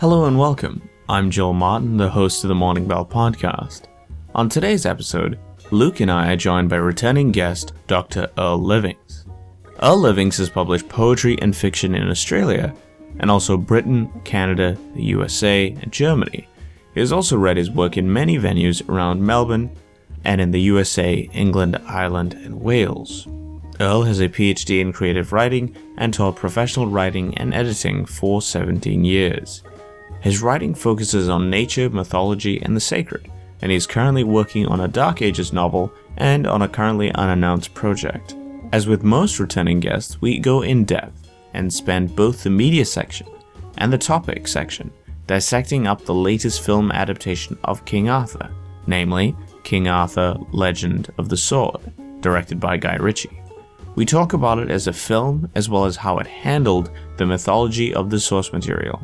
Hello and welcome. I'm Joel Martin, the host of the Morning Bell podcast. On today's episode, Luke and I are joined by returning guest Dr. Earl Livings. Earl Livings has published poetry and fiction in Australia and also Britain, Canada, the USA, and Germany. He has also read his work in many venues around Melbourne and in the USA, England, Ireland, and Wales. Earl has a PhD in creative writing and taught professional writing and editing for 17 years. His writing focuses on nature, mythology, and the sacred, and he is currently working on a Dark Ages novel and on a currently unannounced project. As with most returning guests, we go in depth and span both the media section and the topic section, dissecting up the latest film adaptation of King Arthur, namely King Arthur Legend of the Sword, directed by Guy Ritchie. We talk about it as a film as well as how it handled the mythology of the source material.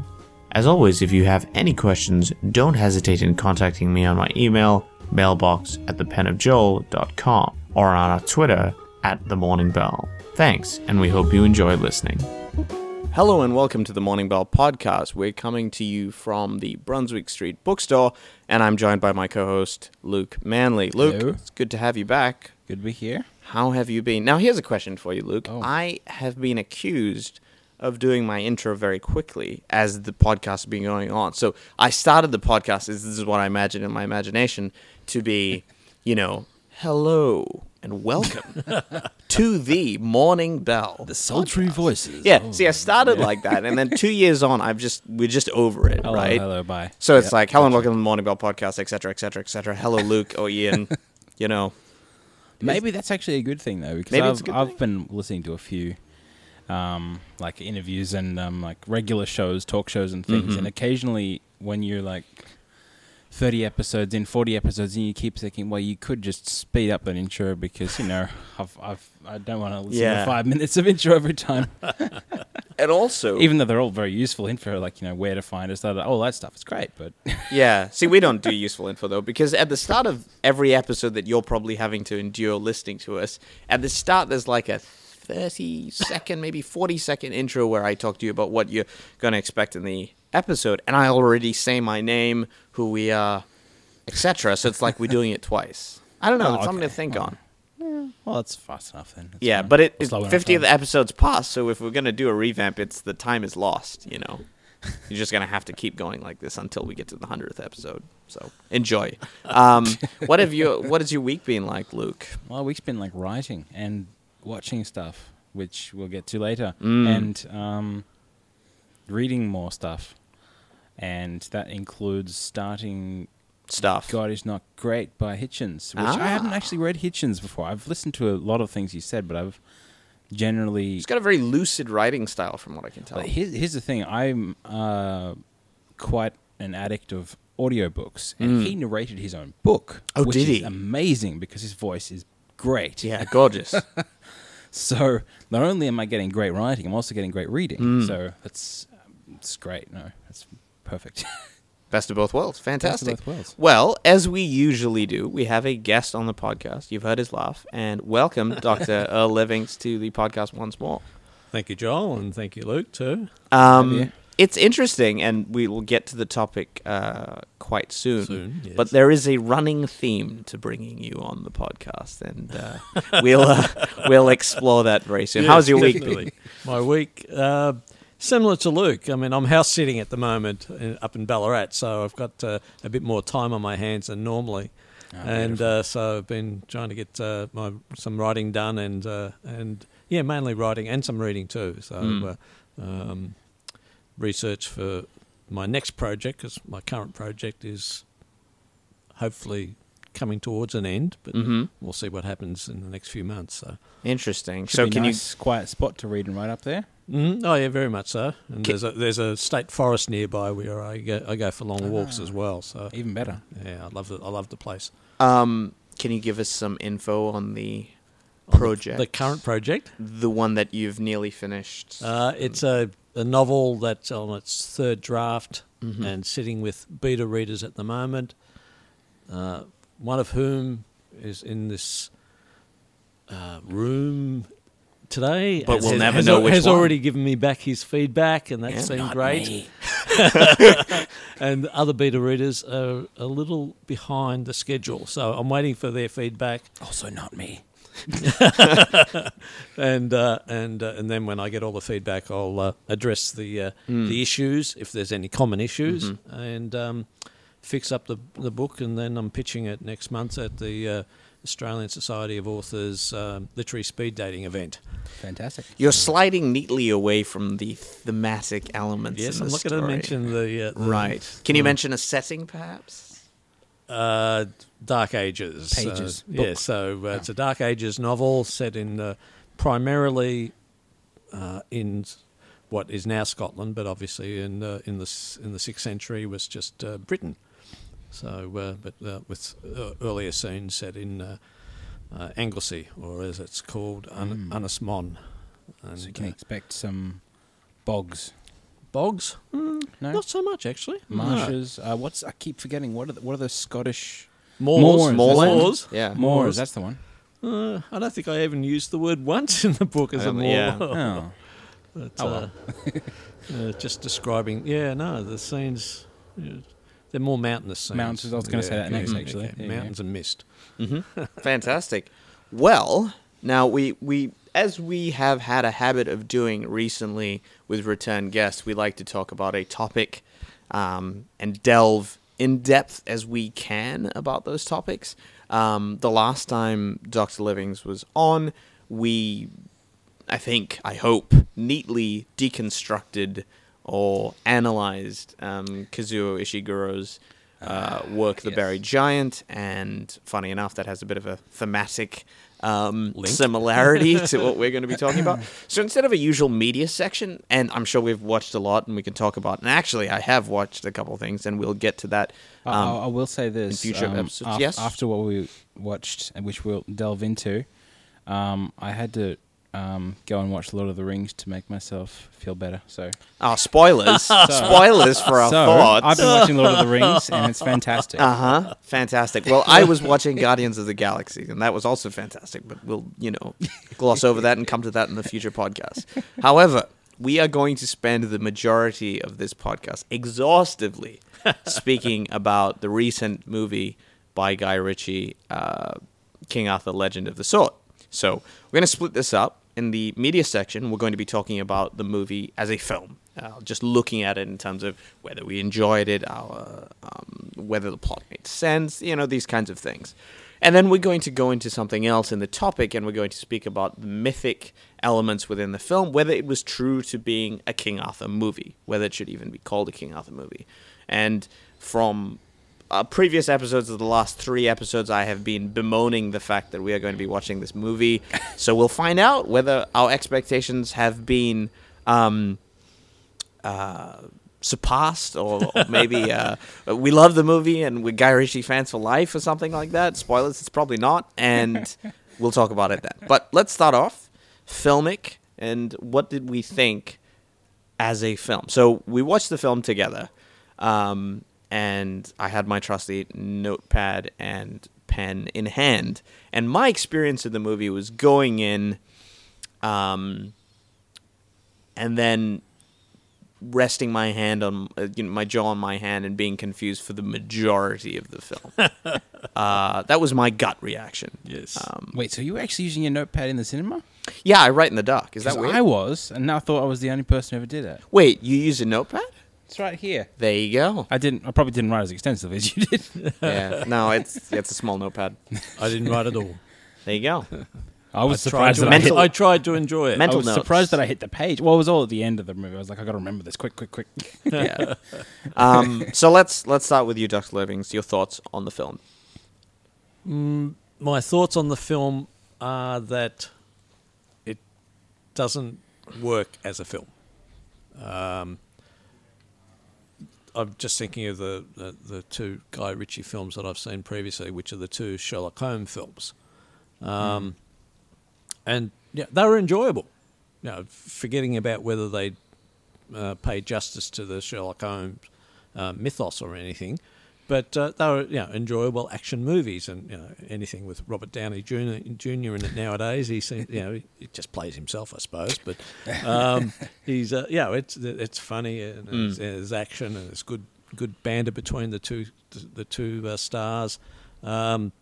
As always, if you have any questions, don't hesitate in contacting me on my email, mailbox at thepenofjoel.com, or on our Twitter at the Morning Bell. Thanks, and we hope you enjoy listening. Hello and welcome to the Morning Bell podcast. We're coming to you from the Brunswick Street bookstore, and I'm joined by my co-host Luke Manley. Luke, Hello. it's good to have you back. Good to be here. How have you been? Now, here's a question for you, Luke. Oh. I have been accused of doing my intro very quickly as the podcast has been going on. So I started the podcast, as this is what I imagine in my imagination, to be, you know, hello and welcome to the morning bell. The oh, sultry voices. yeah, see, I started like that, and then two years on, I've just we're just over it, Hello, right? hello, bye. So it's like, hello and welcome to the Morning Bell podcast, et cetera, et cetera, et cetera. Hello, Luke. Oh, Ian. you know, Maybe that's actually a good thing though, because Maybe I've it's a good I've been listening to a few, um, like interviews and um, like regular shows, talk shows and Mm-hmm. things, and occasionally when you're like. 30 episodes in 40 episodes and you keep thinking well you could just speed up that intro because you know I've, I've, i don't want to listen Yeah. to five minutes of intro every time and also even though they're all very useful info like you know where to find us that all that stuff is great but Yeah. See, we don't do useful info though, because at the start of every episode that you're probably having to endure listening to us, at the start there's like a 30 second, maybe 40 second intro where I talk to you about what you're going to expect in the episode, and I already say my name, who we are, etc. So it's like we're doing it twice. I don't know. Oh, it's something to okay. think on. well that's fast enough then That's Yeah, fine. but it, We'll it slow down 50 of time. the episodes passed, so if we're going to do a revamp, it's the time is lost, you know. You're just going to have to keep going like this until we get to the 100th episode. So, enjoy. Um, what have you what has your week been like, Luke? Well, we've been like writing and watching stuff, which we'll get to later, Mm. and um, reading more stuff, and that includes starting Stuff. "God Is Not Great" by Hitchens, which I Ah. haven't actually read Hitchens before. I've listened to a lot of things he said, but I've generally He's got a very lucid writing style from what I can tell. but here's, here's the thing. I'm uh, quite an addict of audiobooks, and he narrated his own book. Mm. Oh, which did is he? Amazing because his voice is great. Yeah, gorgeous. So not only am I getting great writing, I'm also getting great reading. Mm. So that's it's great. No, that's perfect. Best of both worlds. Best of Fantastic. both worlds. Well, as we usually do, we have a guest on the podcast. You've heard his laugh. And welcome, Dr. Earl Livings, to the podcast once more. Thank you, Joel, and thank you, Luke, too. Yeah. Um, it's interesting, and we will get to the topic uh, quite soon. Soon, yes. But there is a running theme to bringing you on the podcast, and uh, we'll uh, we'll explore that very soon. How's your week been? week? My week, uh, similar to Luke. I mean, I'm house sitting at the moment in, up in Ballarat, so I've got uh, a bit more time on my hands than normally. Ah, and uh, so I've been trying to get uh, my some writing done, and uh, and yeah, mainly writing and some reading too. So uh, um, research for my next project because my current project is hopefully coming towards an end, but Mhm. we'll see what happens in the next few months. So. Interesting. Should so be can nice, quiet spot to read and write up there? Mm, oh yeah, very much so. And Ki- there's a there's a state forest nearby where I go I go for long walks as well. So Even better. yeah, I love the I love the place. you um, can you give us some info on the On the- project, The current project. the one that you've nearly finished? Uh, it's a, a novel that's on its third draft Mm-hmm. and sitting with beta readers at the moment. Uh, one of whom is in this uh, room today. But and we'll has- never has know al- which Has one. already given me back his feedback, and that's Yeah. been Not great. and other beta readers are a little behind the schedule. So I'm waiting for their feedback. Also, not me. and uh, and uh, and then when I get all the feedback, I'll uh, address the uh, Hmm. the issues if there's any common issues, Mm-hmm. and um, fix up the the book. And then I'm pitching it next month at the uh, Australian Society of Authors um, Literary Speed Dating event. Fantastic. You're sliding neatly away from the thematic elements. Yes, in I'm the not story. going to mention the, uh, the Right. Can you mention a setting, perhaps? uh, Dark Ages. Pages, Uh, book. yeah, so uh, it's a Dark Ages novel set in uh, primarily uh, in what is now Scotland, but obviously in uh, in the s- in the sixth century was just uh, Britain. So, uh, but uh, with uh, earlier scenes set in uh, uh, Anglesey, or as it's called, Un- Unas Mon. And, Hmm. So you can uh, expect some bogs, bogs? Mm, No? Not so much, actually. No. marshes. Uh, what's I keep forgetting? What are the, what are the Scottish Moors. Moors. Moorland? Moors. Yeah. moors? That's the one. Uh, I don't think I even used the word once in the book as I a don't- moor. Um, yeah. Oh, Oh, But, uh, uh, just describing, yeah, no, the scenes, yeah, they're more mountainous scenes. Mountains, I was gonna say that next, okay, actually. okay, Yeah, yeah. Mountains and mist. Fantastic. Well, now we we as we have had a habit of doing recently with return guests, we like to talk about a topic um, and delve in depth as we can about those topics. Um, the last time Doctor Livings was on, we I think, I hope, neatly deconstructed or analyzed um, Kazuo Ishiguro's uh, work, The yes. Buried Giant, and funny enough, that has a bit of a thematic um, Link. similarity to what we're going to be talking about. So instead of a usual media section, and I'm sure we've watched a lot and we can talk about, and actually, I have watched a couple things, and we'll get to that. I- Um, I, I will say this. um, future episodes, yes? After what we watched, and which we'll delve into, um, I had to um, go and watch Lord of the Rings to make myself feel better. So, our spoilers, spoilers for our so thoughts. I've been watching Lord of the Rings, and it's fantastic. Uh huh. Fantastic. Well, I was watching Guardians of the Galaxy, and that was also fantastic. But we'll, you know, gloss over that and come to that in the future podcast. However, we are going to spend the majority of this podcast exhaustively speaking about the recent movie by Guy Ritchie, uh, King Arthur: Legend of the Sword. So we're going to split this up. In the media section, we're going to be talking about the movie as a film, uh, just looking at it in terms of whether we enjoyed it, our, um, whether the plot made sense, you know, these kinds of things. And then we're going to go into something else in the topic, and we're going to speak about the mythic elements within the film, whether it was true to being a King Arthur movie, whether it should even be called a King Arthur movie. And from uh, previous episodes of the last three episodes, I have been bemoaning the fact that we are going to be watching this movie. so we'll find out whether our expectations have been um, uh, surpassed, or, or maybe uh, we love the movie and we're Guy Ritchie fans for life, or something like that. Spoilers, it's probably not, and we'll talk about it then. But let's start off filmic and what did we think as a film. So we watched the film together, um, and I had my trusty notepad and pen in hand. And my experience of the movie was going in, um, and then resting my hand on uh, you know, my jaw on my hand and being confused for the majority of the film. uh, that was my gut reaction. Yes. Um, Wait, so you were actually using your notepad in the cinema? yeah, I write in the dark. Is that 'Cause weird? I was, and I thought I was the only person who ever did it. Wait, you use a notepad? It's right here. There you go. I didn't. I probably didn't write as extensively as you did. yeah. No, it's it's a small notepad. I didn't write it all. There you go. I was I tried, surprised to, that I I mental- hit. hit- I tried to enjoy it. Mental I was notes. surprised that I hit the page. Well, it was all at the end of the movie. I was like, I got to remember this. Quick, quick, quick. Yeah. Um, so let's let's start with you, Dr. Livings. Your thoughts on the film? My thoughts on the film are that it doesn't work as a film. Um, I'm just thinking of the, the, the two Guy Ritchie films that I've seen previously, which are the two Sherlock Holmes films. Um, And yeah, they were enjoyable. You know, forgetting about whether they uh, paid justice to the Sherlock Holmes uh, mythos or anything, But uh, they were you know, enjoyable action movies, and you know, anything with Robert Downey Jr. Jr. in it nowadays, he seems, you know he just plays himself, I suppose. But um, he's uh, yeah, it's it's funny and it's, there's action and there's good good banter between the two the two uh, stars. Um,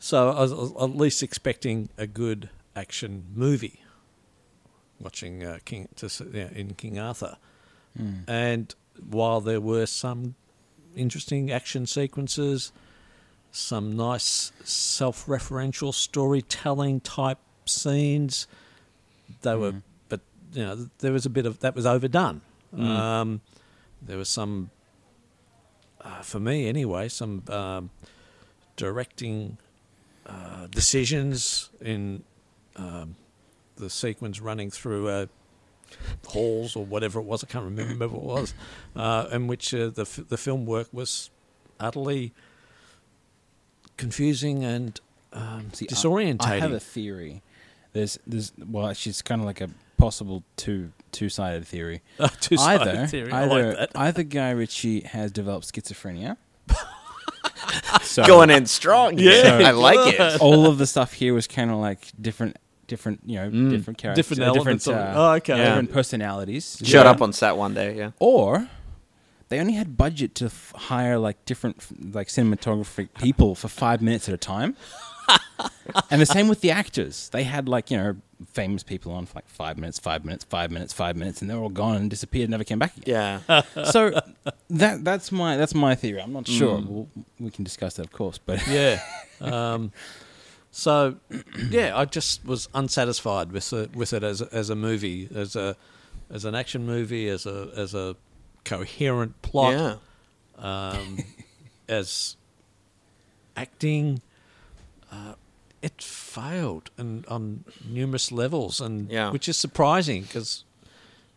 so I was, I was at least expecting a good action movie. Watching uh, King to, s- yeah, in King Arthur, Hmm. and while there were some interesting action sequences, some nice self-referential storytelling type scenes, they were. But you know, there was a bit of that was overdone. Um, there was some, uh, for me anyway, some um, directing uh, decisions in um, the sequence running through uh, halls or whatever it was. I can't remember what it was, uh, in which uh, the f- the film work was utterly confusing and um, See, I- disorientating. I have a theory. There's there's well, actually, it's kind of like a possible two two sided theory. Two-sided Either uh, theory, I like either that. either Guy Ritchie has developed schizophrenia. so Going in strong. Yeah. I like it. all of the stuff here was kind of like different different you know Mm. different characters, Different elements different, of- uh, oh, okay. Yeah. different personalities. Shut Yeah. up on set one day. Yeah. or they only had budget to f- hire like different f- like cinematographic people for five minutes at a time and the same with the actors they had like you know famous people on for like five minutes five minutes five minutes five minutes and they're all gone and disappeared never came back again Yeah. Uh, so that that's my that's my theory i'm not sure Mm. we'll, we can discuss that of course but yeah. Um, so, yeah, I just was unsatisfied with the, with it as a, as a movie, as a as an action movie, as a as a coherent plot, Yeah. um, as acting. Uh, it failed and on numerous levels, and Yeah. which is surprising because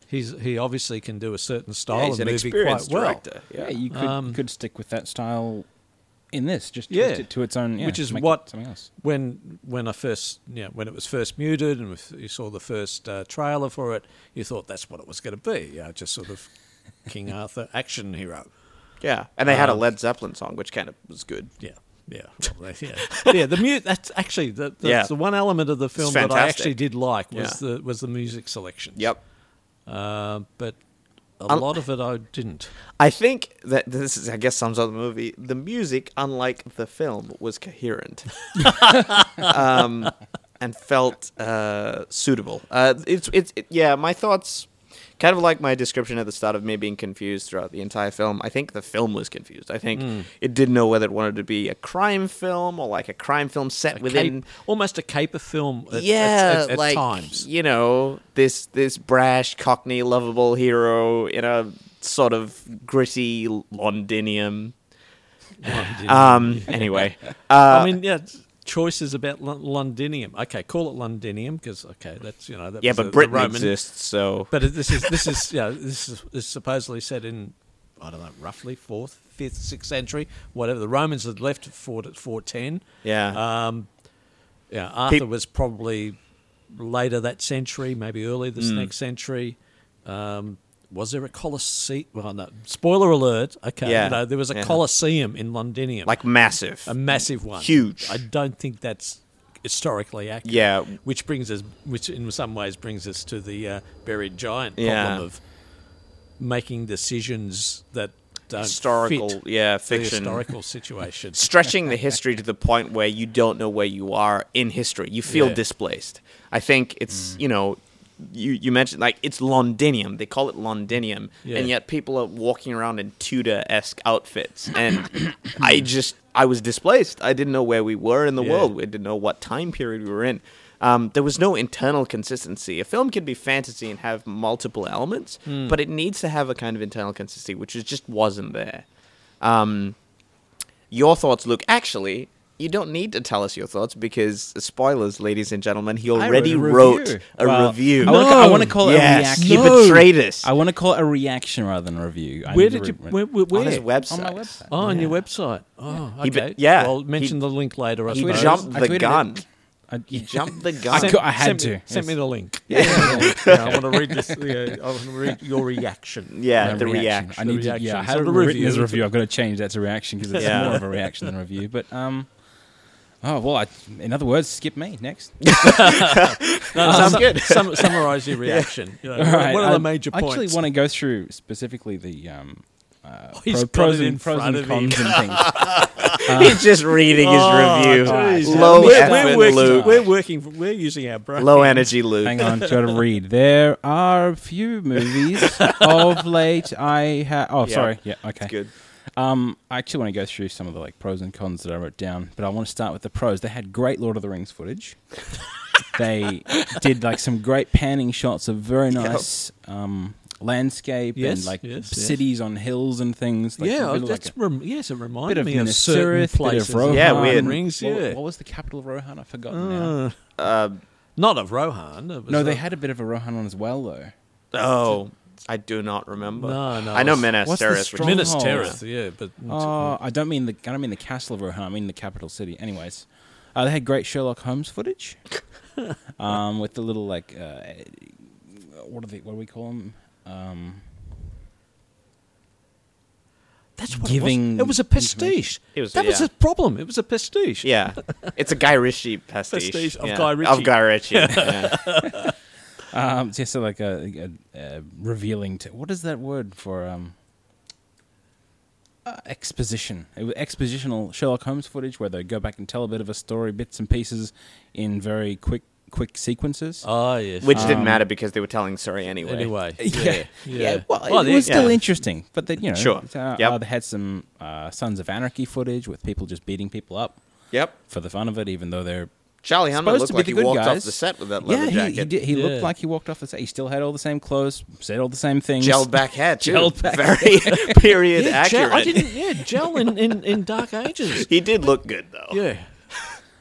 he's he obviously can do a certain style Yeah, he's of an movie experienced quite well. director. yeah Yeah. you could, Um, could stick with that style in this just Yeah. twist it to its own yeah, Which is make it what- something else when when I first you know, when it was first muted and if you saw the first uh, trailer for it, you thought that's what it was going to be, you know, just sort of King Arthur action hero. Yeah. And they had a Led Zeppelin song, which kind of was good. Yeah, yeah, Well, they- yeah. yeah. The mute. That's actually the, that's Yeah. the one element of the film that I fantastic. actually did like was Yeah. the was the music selection. Yep. Uh, but a Um, lot of it I didn't. I think that this is, I guess, sums up the movie. The music, unlike the film, was coherent um, and felt uh, suitable. Uh, it's, it's, it, yeah. My thoughts, kind of like my description at the start of me being confused throughout the entire film. I think the film was confused. I think Hmm. it didn't know whether it wanted to be a crime film or like a crime film set A within cape- almost a caper film. At, at- yeah, at, at like times. you know this this brash Cockney lovable hero in a sort of gritty Londinium. Um. Anyway, uh, I mean, yeah. it's Choices about Lon- Londinium. Okay, call it Londinium because okay, that's you know that yeah, was the- but the Britain Roman, exists, so But it- this is this is yeah this is, is supposedly set in I don't know roughly fourth, fifth, sixth century, whatever. The Romans had left Fort at four ten. yeah. Um, yeah, Arthur Peop- was probably later that century, maybe early this Hmm. next century. Um, was there a Colosseum? Well, no. Spoiler alert. Okay, Yeah. no, there was a Yeah. Colosseum in Londinium, like massive. a massive one, huge. I don't think that's historically accurate yeah, which brings us, which in some ways brings us to the uh, buried giant problem Yeah. of making decisions that don't historical. fit yeah, the fiction. historical situation. stretching the history to the point where you don't know where you are in history. You feel Yeah. Mm. displaced. I think it's you know, you you mentioned like it's Londinium. They call it Londinium, Yeah. and yet people are walking around in Tudor esque outfits, and I just I was displaced. I didn't know where we were in the Yeah. world. We didn't know what time period we were in. Um, there was no internal consistency. A film can be fantasy and have multiple elements, Hmm. but it needs to have a kind of internal consistency, which is just wasn't there your thoughts, Luke. Actually, you don't need to tell us your thoughts because spoilers, ladies and gentlemen. He I wrote already a wrote review. a Well, review. I wanna- I want to call it a yes, reaction. he betrayed us. I want to call it a reaction rather than a review. I where need did to you? re- Where? where, on his where? website. on my website? Oh, on your website. Oh, He be- okay. yeah, Well, he- mention the link later. I He suppose. jumped I the tweeted it. gun. I, You yeah. jumped the gun. I, cou- I had sent to. Me, Sent me yes. the link. Yeah, yeah, yeah. Yeah, I want to read this. Yeah, I want to read your reaction. yeah, My the reaction. I The need to. Yeah, I reaction. had So it the written as review. review. I've got to change that to reaction because it's Yeah. more of a reaction than a review. But um, oh well. I, in other words, skip me next. No, Sounds sum- good. sum- summarize your reaction. You know, All Uh, right, What are I- the major I points? actually want to go through specifically the um, uh, he's pro- got pros it in and pros front and of him. cons and things. He's just reading his Oh, review. geez. Low we're, effort, we're working, Luke. We're working. We're using our brain. Low energy, Luke. Hang on, got to read. There are a few movies of late I have. Oh, Yeah. sorry. Yeah, okay. Good. Um, I actually want to go through some of the like pros and cons that I wrote down, but I want to start with the pros. They had great Lord of the Rings footage. they did like some great panning shots of very nice um, landscape and Yes, like yes, yes. cities on hills and things. Like, yeah, a bit of, like, that's rem- yes, it reminded bit of me of Minas certain Tirith, bit of places. Rohan. Yeah, weird. Rings, What, yeah. what was the capital of Rohan? I've forgotten now. Uh, Uh, not of Rohan. it was No, they a- had a bit of a Rohan on as well, though. oh, I do not remember. No, no, I know it's- Minas what's the Tirith. strong- Minas strongholds. Tirith. Yeah, but Oh, I don't mean the I don't mean the castle of Rohan. I mean the capital city. Anyways, uh, they had great Sherlock Holmes footage, um, with the little like uh, what are they? What do we call them? Um, that's what it giving was. It was a pastiche. It was- that was yeah. the problem. It was a pastiche. yeah, it's a Guy Ritchie pastiche. Pastiche of yeah. Guy Of Ritchie. Guy Ritchie. yeah. um, it's just uh, like a, a, a revealing. To, what is that word for um, uh, exposition? It was expositional Sherlock Holmes footage where they go back and tell a bit of a story, bits and pieces, in very quick quick sequences. Oh yes. Which Um, didn't matter because they were telling story anyway. anyway. Yeah. Yeah. Well, it, Well, they- was still yeah. interesting, but they, you know, Sure. Uh, Yep. uh, they had some uh, Sons of Anarchy footage with people just beating people up Yep. for the fun of it, even though they're Charlie Hunnam supposed looked to be like the he good walked guys. off the set with that leather yeah, he, jacket. he, did, he Yeah. looked like he walked off the set. He still had all the same clothes, said all the same things. Gelled back hair, too. Gelled back Very period yeah, accurate. gel, I didn't. Yeah, gel in, in, in Dark Ages. He did look good though. Yeah.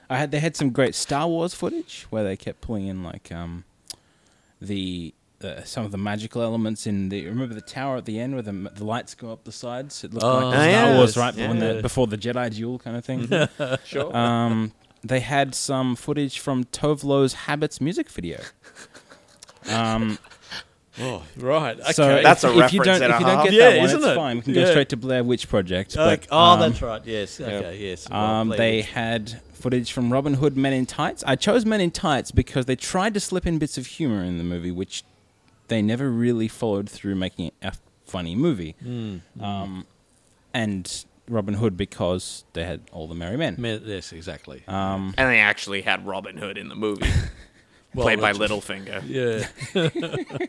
I had they had some great Star Wars footage where they kept pulling in like um, the uh, some of the magical elements in the remember the tower at the end where the, the lights go up the sides. It looked Oh, like the Star yes, Wars right when yeah. the, before the Jedi duel kind of thing. Sure. um, they had some footage from Tovlo's Habits music video. Um, Oh, right. Okay. So That's if, a if you reference don't, and if a you don't half. get Yeah, that one, isn't it's it? fine. We can Yeah. go straight to Blair Witch Project. Okay. but, oh, um, that's right. Yes. Okay. Yes. well um, played. they had footage from Robin Hood Men in Tights. I chose Men in Tights because they tried to slip in bits of humor in the movie, which they never really followed through making it a funny movie. Hmm. Um, and Robin Hood because they had all the merry men. Me- Yes, exactly. Um, And they actually had Robin Hood in the movie, Well, played by that's- Littlefinger. Yeah.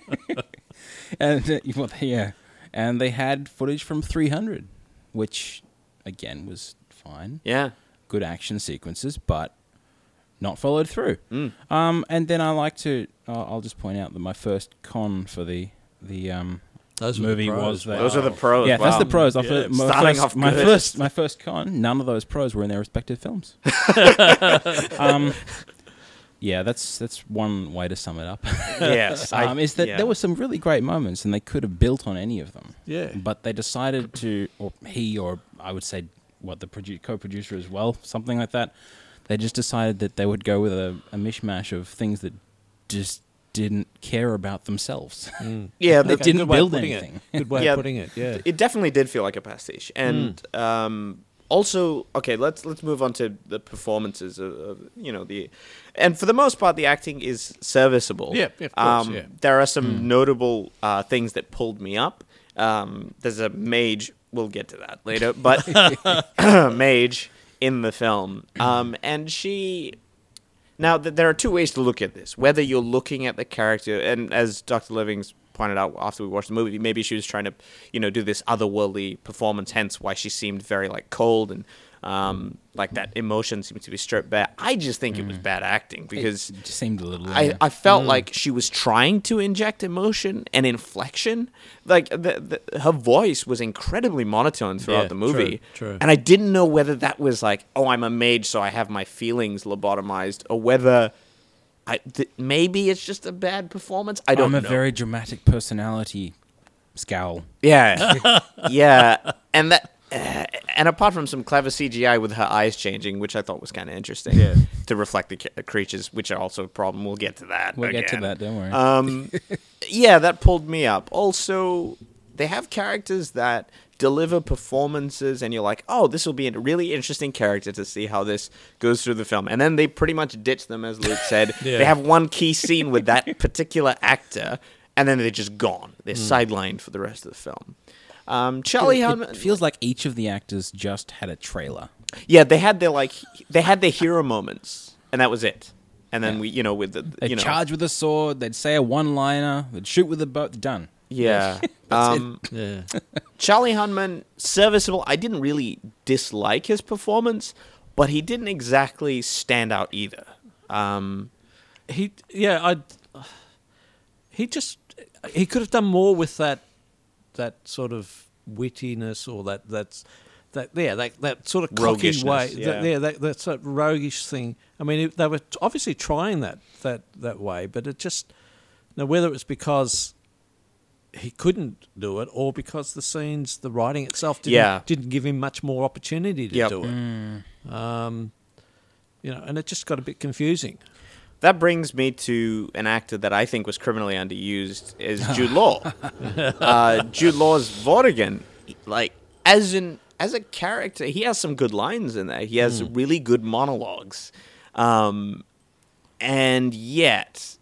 and uh, well, they- yeah, and they had footage from 300, which again was fine, Yeah. good action sequences, but not followed through. Um, and then I like to, uh, I'll just point out that my first con for the the um, Those were the movie pros, was that. Those are the pros. yeah, that's wow. the pros. I Yeah, fir- my starting first, off my good. first, my first con. None of those pros were in their respective films. um, yeah, that's that's one way to sum it up. Yes. I- um, is that yeah. there were some really great moments, and they could have built on any of them. Yeah. But they decided to, or he, or I would say, what the produ- co-producer as well, something like that. They just decided that they would go with a, a mishmash of things that just didn't care about themselves. Yeah, They the, Okay, didn't good way of build putting it. anything. Good way Yeah. of putting it. Yeah. Mm. it definitely did feel like a pastiche. And um, also, okay, let's let's move on to the performances of, of you know the, and for the most part, the acting is serviceable. Yeah, yeah, of course, um, yeah. Mm. There are some notable uh, things that pulled me up. Um, there's a mage. We'll get to that later, but mage in the film, um, and she now, th- there are two ways to look at this. Whether you're looking at the character, and as Dr. Livings pointed out after we watched the movie, maybe she was trying to, you know, do this otherworldly performance, hence why she seemed very, like, cold and, um, like, that emotion seemed to be stripped back. I just think it was bad acting because. It just seemed a little. I, uh, I felt like she was trying to inject emotion and inflection. Like the, the, her voice was incredibly monotone throughout Yeah, the movie, true, true. and I didn't know whether that was like, oh, I'm a mage, so I have my feelings lobotomized, or whether I th- maybe it's just a bad performance. I don't I'm a know. very dramatic personality. Scowl. yeah, yeah, and that. eh, and apart from some clever CGI with her eyes changing, which I thought was kind of interesting, Yeah. to reflect the ca- creatures, which are also a problem. We'll get to that. We'll get to again. that, don't worry. Um, yeah, that pulled me up. Also, they have characters that deliver performances, and you're like, oh, this will be a really interesting character to see how this goes through the film. And then they pretty much ditch them, as Luke said. Yeah. They have one key scene with that particular actor, and then they're just gone. They're sidelined for the rest of the film. Um, Charlie Hunnam. Mm. it feels like each of the actors just had a trailer. Yeah, they had their like he- they had their hero moments, and that was it. And then we, you know, with the They'd you know, charge with a sword, they'd say a one liner, they'd shoot with a bow, done. yeah. Um, Yeah. Charlie Hunman, serviceable. I didn't really dislike his performance, but he didn't exactly stand out either. Um, he yeah i he just he could have done more with that that sort of wittiness or that that's that yeah that that sort of cocky Roguishness, way yeah. that, yeah that that's that roguish thing i mean it, they were t- obviously trying that that that way but it just now whether it was because he couldn't do it or because the scenes the writing itself didn't Yeah. didn't give him much more opportunity to Yep. do it um you know and it just got a bit confusing that brings me to an actor that I think was criminally underused is Jude Law. uh, Jude Law's Vortigern, like as in as a character, he has some good lines in there. He Mm. has really good monologues, um, and yet,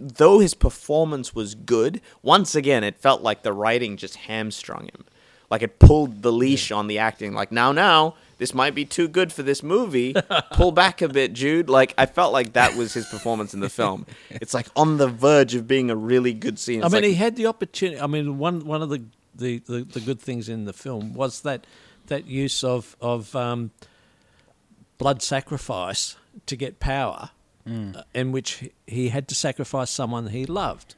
though his performance was good, once again it felt like the writing just hamstrung him. Like it pulled the leash on the acting. Like now, now this might be too good for this movie. Pull back a bit, Jude. Like I felt like that was his performance in the film. It's like on the verge of being a really good scene. I It's mean, like- he had the opportunity. I mean, one one of the the, the, the good things in the film was that that use of of um, blood sacrifice to get power, Mm. uh, in which he had to sacrifice someone he loved,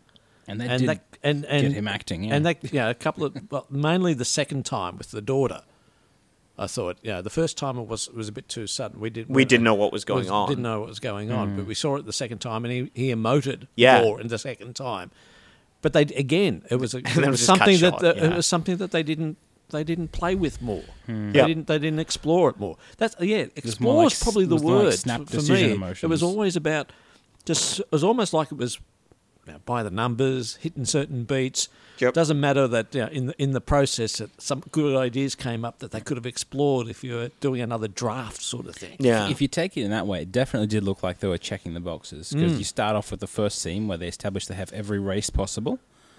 And they and did that and and him acting, yeah. and that yeah, a couple of well, mainly the second time with the daughter. I thought, yeah, the first time it was was a bit too sudden. We didn't we didn't know what was going was- on. Didn't know what was going on, but we saw it the second time, and he, he emoted Yeah. more in the second time. But they again, it was, a, it it was was just cut something that short, the, yeah. it was something that they didn't they didn't play with more. They Yeah. didn't they didn't explore it more. That's yeah, was explore more like is s- probably it the was more like word snap for decision me. It emotions. was always about just it was almost like it was you know, by the numbers, hitting certain beats. Yep. Doesn't matter that you know, in the, in the process that some good ideas came up that they could have explored if you were doing another draft sort of thing. Yeah. If you take it in that way, it definitely did look like they were checking the boxes because Mm. you start off with the first scene where they establish they have every race possible.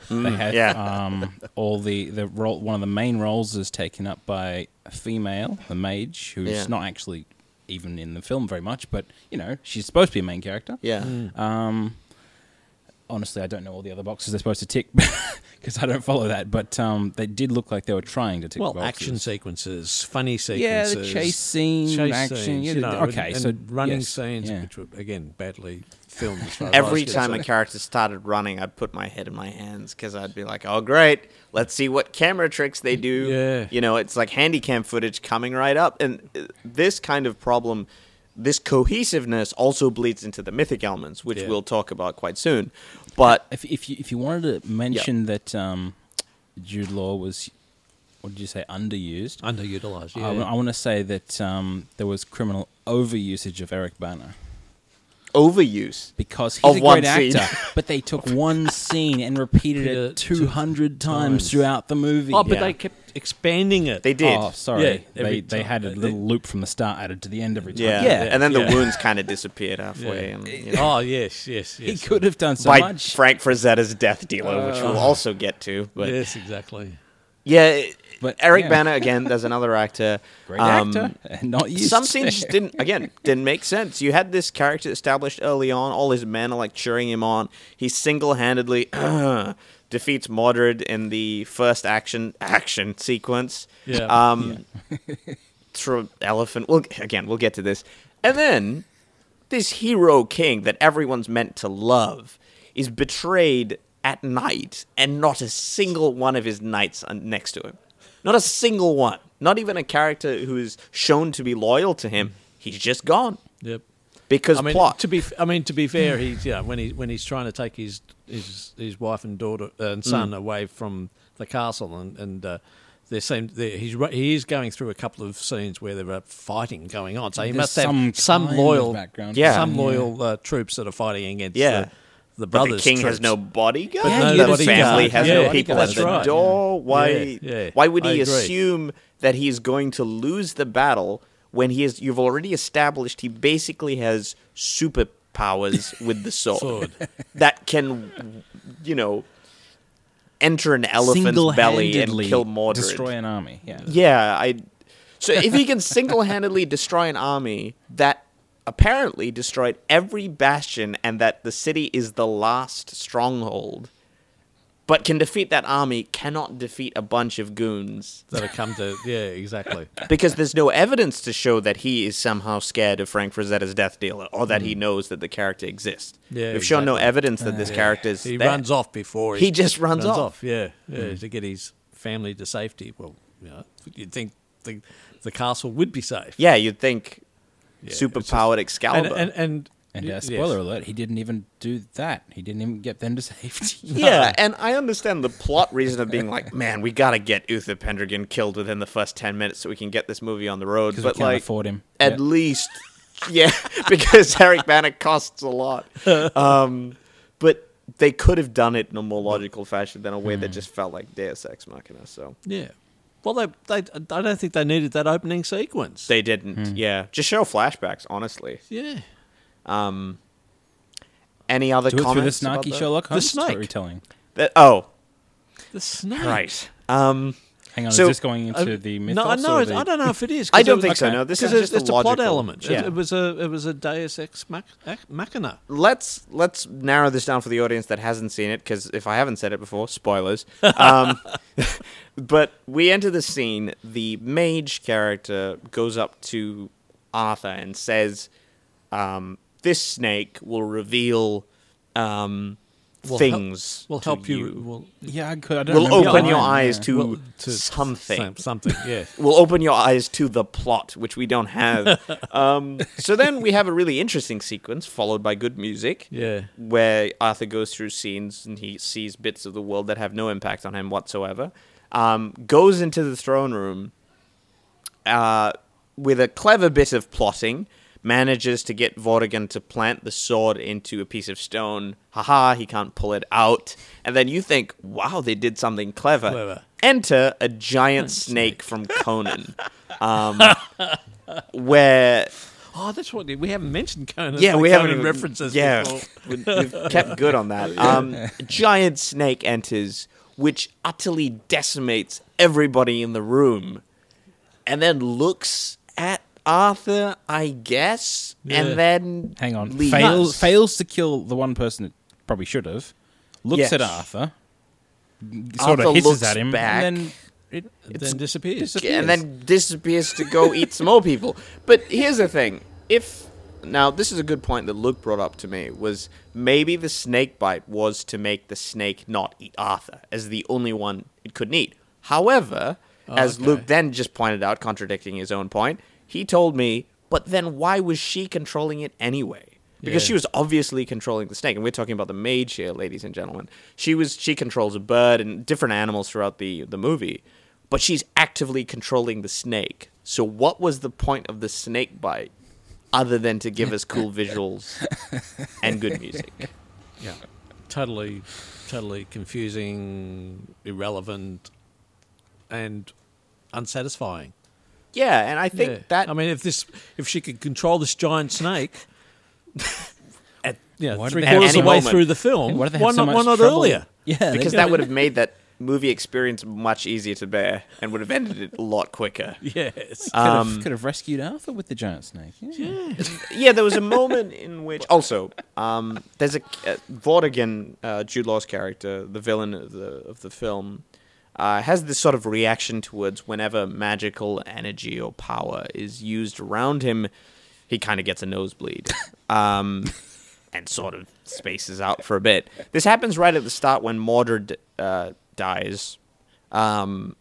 they Mm. have yeah. um, all the the role. One of the main roles is taken up by a female, the mage, who's Yeah. not actually even in the film very much, but you know she's supposed to be a main character. yeah. Mm. Um, honestly, I don't know all the other boxes they're supposed to tick because I don't follow that. But um, they did look like they were trying to tick. well, boxes. action sequences, funny Yeah, sequences, the chase scene, chase action. scenes, yeah, you the- know, okay, and- so and running yes, scenes, yeah. which were again badly filmed. as far as I was Every time a concerned. character started running, I'd put my head in my hands because I'd be like, "Oh, great! Let's see what camera tricks they do." Yeah. You know, it's like handycam footage coming right up, and uh, this kind of problem, this cohesiveness, also bleeds into the mythic elements, which Yeah. we'll talk about quite soon. But if if you if you wanted to mention that um, Jude Law was, what did you say, underused? underutilized. Yeah, I, want to say that um, there was criminal overusage of Eric Banner overuse. because he's Of a one great scene. actor, but they took one scene and repeated Yeah, it two two hundred times times. throughout the movie. oh, but Yeah. they kept expanding it. They did. Oh, sorry. Yeah, they every they time. had a little loop from the start added to the end every time. yeah. And then yeah. the wounds kind of disappeared halfway. And, you know, Oh yes, yes, he yes. could have done so by much. Frank Frazetta's death dealer, which Uh. we'll also get to. But yes, exactly. yeah, But, Eric yeah. Banner again. There's another actor. Great Um, actor, not used. some scenes just didn't again didn't make sense. You had this character established early on. All his men are like cheering him on. He single-handedly defeats Mordred in the first action action sequence. Yeah. Um, through elephant. Well, again, we'll get to this. And then this hero king that everyone's meant to love is betrayed at night, and not a single one of his knights are next to him. Not a single one. Not even a character who is shown to be loyal to him. He's just gone Yep. because I mean, plot. to be, f- I mean, to be fair, he's yeah. When he when he's trying to take Mm. his his his wife and daughter uh, and son away from the castle, and and uh, there seem there, he's ru- he is going through a couple of scenes where there are fighting going on. So he There's must have some some, kind of loyal background. Yeah. some loyal uh, troops that are fighting against Yeah. the, the But brothers. the king has troops. no bodyguard. But no the bodyguard. family has Yeah, no yeah, people that's at the right. door. Why? Yeah, yeah. Why would I he agree. assume that he is going to lose the battle when he is? You've already established he basically has superpowers with the sword, Sword. that can, you know, enter an elephant's belly and Single-handedly kill Mordred. destroy an army. Yeah. Yeah, I. So if he can single-handedly destroy an army that apparently destroyed every bastion and that the city is the last stronghold, but can defeat that army, cannot defeat a bunch of goons that have come to yeah exactly. because there's no evidence to show that he is somehow scared of Frank Frazetta's death dealer or that he knows that the character exists. Hmm. Yeah, We've shown no exactly. evidence that this character is. He there. runs off before He just runs off. Mm. Yeah, yeah, to get his family to safety. Well, you know, you'd think the, the castle would be safe. Yeah, you'd think it's superpowered and Excalibur. and and, And y- uh, yes. spoiler alert, he didn't even do that. He didn't even get them to safety. Yeah, and I understand the plot reason of being like, man, we gotta get Uther Pendragon killed within the first ten minutes so we can get this movie on the road. Because we But can't like, afford him. at Yeah. least, yeah, because Eric Banner costs a lot. Um, but they could have done it in a more logical fashion than a way Hmm. that just felt like Deus Ex Machina. So Yeah. Well, they, they I don't think they needed that opening sequence. they didn't. Hmm. Yeah, just show flashbacks, honestly. yeah. Um, any other Do it through the comments? about snarky that? Sherlock Holmes snake. storytelling. That- oh, The snake. right. Um, Hang on, So, is this going into Uh, the no, mythos? no, or it- the- I don't know if it is. I 'cause don't it- think so. okay. No, this 'Cause is a, it's just a plot logical- element. It- Yeah. It, was a it was a Deus Ex mach, ach- Machina. let's let's narrow this down for the audience that hasn't seen it because if I haven't said it before, spoilers. Um, but we enter the scene. The mage character goes up to Arthur and says, um, "This snake will reveal um, Will help- things. Will to help you. Will Yeah, I could. I don't Will remember open the your line, eyes yeah. to, will- something." some- Something. Yeah. Will open your eyes to the plot, which we don't have. um, so then we have a really interesting sequence, followed by good music Yeah. where Arthur goes through scenes and he sees bits of the world that have no impact on him whatsoever. Um, goes into the throne room uh, with a clever bit of plotting, manages to get Vortigern to plant the sword into a piece of stone. Haha, he can't pull it out. And then you think, wow, they did something clever. Clever. Enter a giant snake from Conan. Um, where Oh, that's what we haven't mentioned Conan. yeah, Like we Conan haven't even- references. Yeah, before. we- we've kept good on that. Um, a giant snake enters, which utterly decimates everybody in the room, and then looks at Arthur, I guess, Yeah. and then Hang on. leaves. Fails, fails to kill the one person it probably should have. Looks Yes. at Arthur. Sort of hisses looks at him. back. And then it, Then disappears. and then disappears to go eat some more people. But here's the thing: if now this is a good point that Luke brought up to me was maybe the snake bite was to make the snake not eat Arthur as the only one it couldn't eat. However, as okay. Luke then just pointed out, contradicting his own point, he told me, but then why was she controlling it anyway? Because Yeah. she was obviously controlling the snake, and we're talking about the mage here, ladies and gentlemen. She was she controls a bird and different animals throughout the the movie, but she's actively controlling the snake. So what was the point of the snake bite, other than to give us cool visuals and good music? Yeah. Totally, totally confusing, irrelevant, and unsatisfying. Yeah, and I think Yeah. that I mean, if this, if she could control this giant snake, at you know, Why did three they have quarters of any the way moment? through the film, Why, why, do they have so not, much why not trouble? earlier? Yeah, they because do. that would have made that movie experience much easier to bear and would have ended it a lot quicker. Yes. could, have, could have rescued Arthur with the giant snake. Yeah. yeah, there was a moment in which also um, there's a uh, Vortigern, uh, Jude Law's character, the villain of the of the film, uh, has this sort of reaction towards whenever magical energy or power is used around him, he kind of gets a nosebleed. Um, and sort of spaces out for a bit. This happens right at the start when Mordred uh, dies, um,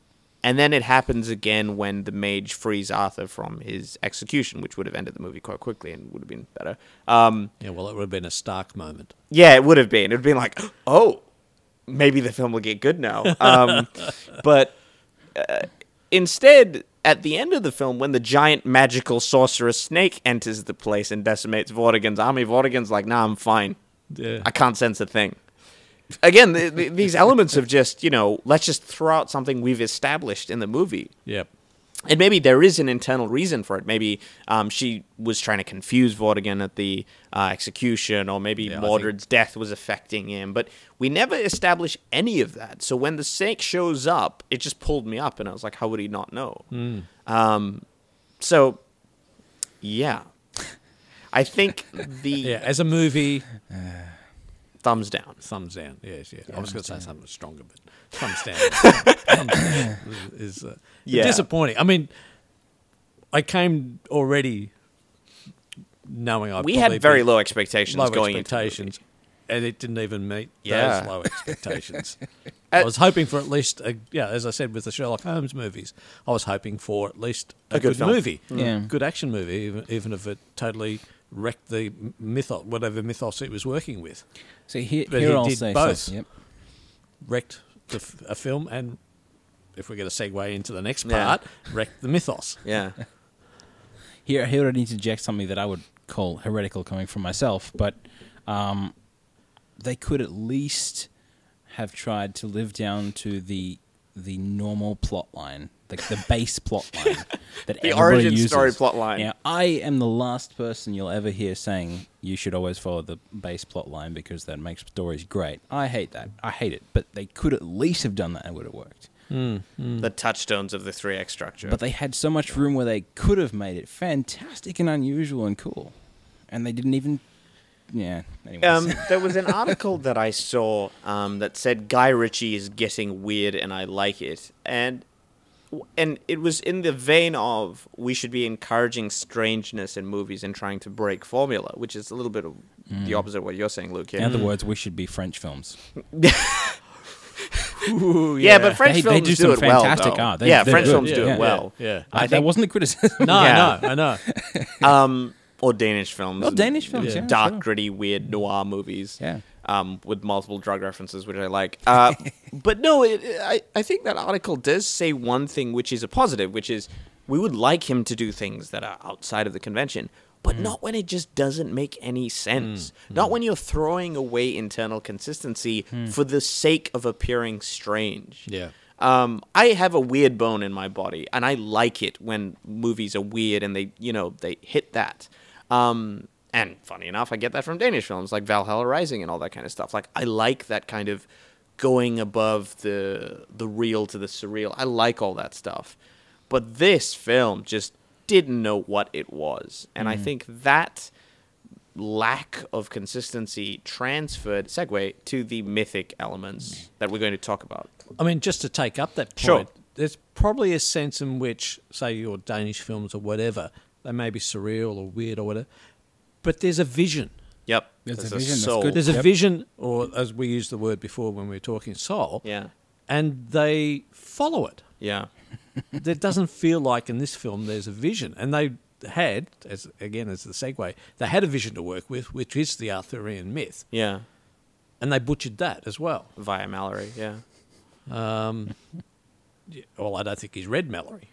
and then it happens again when the mage frees Arthur from his execution, which would have ended the movie quite quickly and would have been better. Um, yeah. Well, it would have been a stark moment. yeah, it would have been. It would have been like, oh, maybe the film will get good now. Um, but uh, instead, at the end of the film, when the giant magical sorceress snake enters the place and decimates Vortigern's army, Vortigern's like, "Nah, I'm fine. Yeah. I can't sense a thing." Again, the, the, these elements of just you know, let's just throw out something we've established in the movie. Yep. And maybe there is an internal reason for it. Maybe um, she was trying to confuse Vortigern at the uh, execution, or maybe I think- Mordred's death was affecting him. But we never establish any of that. So when the snake shows up, it just pulled me up, and I was like, how would he not know? Hmm. Um, so, yeah. I think the Yeah, as a movie, thumbs down. thumbs down. Yes, yeah. I was going to say something stronger, but thumbs down. thumbs down is uh, Yeah. disappointing. I mean, I came already knowing I we had probably very beat low expectations low going into the movie. expectations, and it didn't even meet Yeah. those low expectations. I was hoping for at least, a, yeah, as I said with the Sherlock Holmes movies, I was hoping for at least a, A good good, film. movie, Yeah. good action movie, even, even if it totally wrecked the m- mythos, whatever mythos it was working with. So here, But here he I'll did say both. so- yep. wrecked the, f- a film and if we're going to segue into the next Yeah. part wrecked the mythos Yeah. Here, here I'd interject something that I would call heretical coming from myself, but um, they could at least have tried to live down to the the normal plot line, like the base plot line that The everybody origin story uses. plot line. Yeah, I am the last person you'll ever hear saying you should always follow the base plot line because that makes stories great. I hate that. I hate it. But they could at least have done that and it would have worked. Hmm. The touchstones of the 3X structure. But they had so much room where they could have made it fantastic and unusual and cool, and they didn't even. Yeah. Anyways. Um, there was an article that I saw um, that said Guy Ritchie is getting weird, and I like it. And and it was in the vein of we should be encouraging strangeness in movies and trying to break formula, which is a little bit of the opposite of what you're saying, Luke. Hmm. in Here. other words, we should be French films. yeah. but French They- they films do, do some it well. fantastic though. art. They- yeah, they're French good. films do Yeah. it well. yeah I, that wasn't a criticism. no Yeah. i know i know Um, or Danish films. Well, and Danish films, yeah, dark, sure. gritty, weird noir movies. Yeah. Um, with multiple drug references, which I like. Uh, but no, it, I I think that article does say one thing, which is a positive, which is we would like him to do things that are outside of the convention, Mm. but not when it just doesn't make any sense. Not when you're throwing away internal consistency Mm. for the sake of appearing strange. yeah Um, I have a weird bone in my body, and I like it when movies are weird and they, you know, they hit that. Um, and funny enough, I get that from Danish films like Valhalla Rising and all that kind of stuff. Like I like that kind of going above the the real to the surreal. I like all that stuff, but this film just didn't know what it was, and I think that lack of consistency transferred segue to the mythic elements that we're going to talk about. i mean just to take up that point Sure. there's probably a sense in which say your danish films or whatever they may be surreal or weird or whatever but there's a vision Yep. There's a vision, that's soul. good. there's a Yep. vision or as we used the word before when we were talking soul Yeah. and they follow it Yeah. it doesn't feel like in this film there's a vision. And they had, as again as the segue, they had a vision to work with, which is the Arthurian myth, Yeah. and they butchered that as well. Via Mallory. Yeah. Yeah, Well, I don't think he's read Mallory.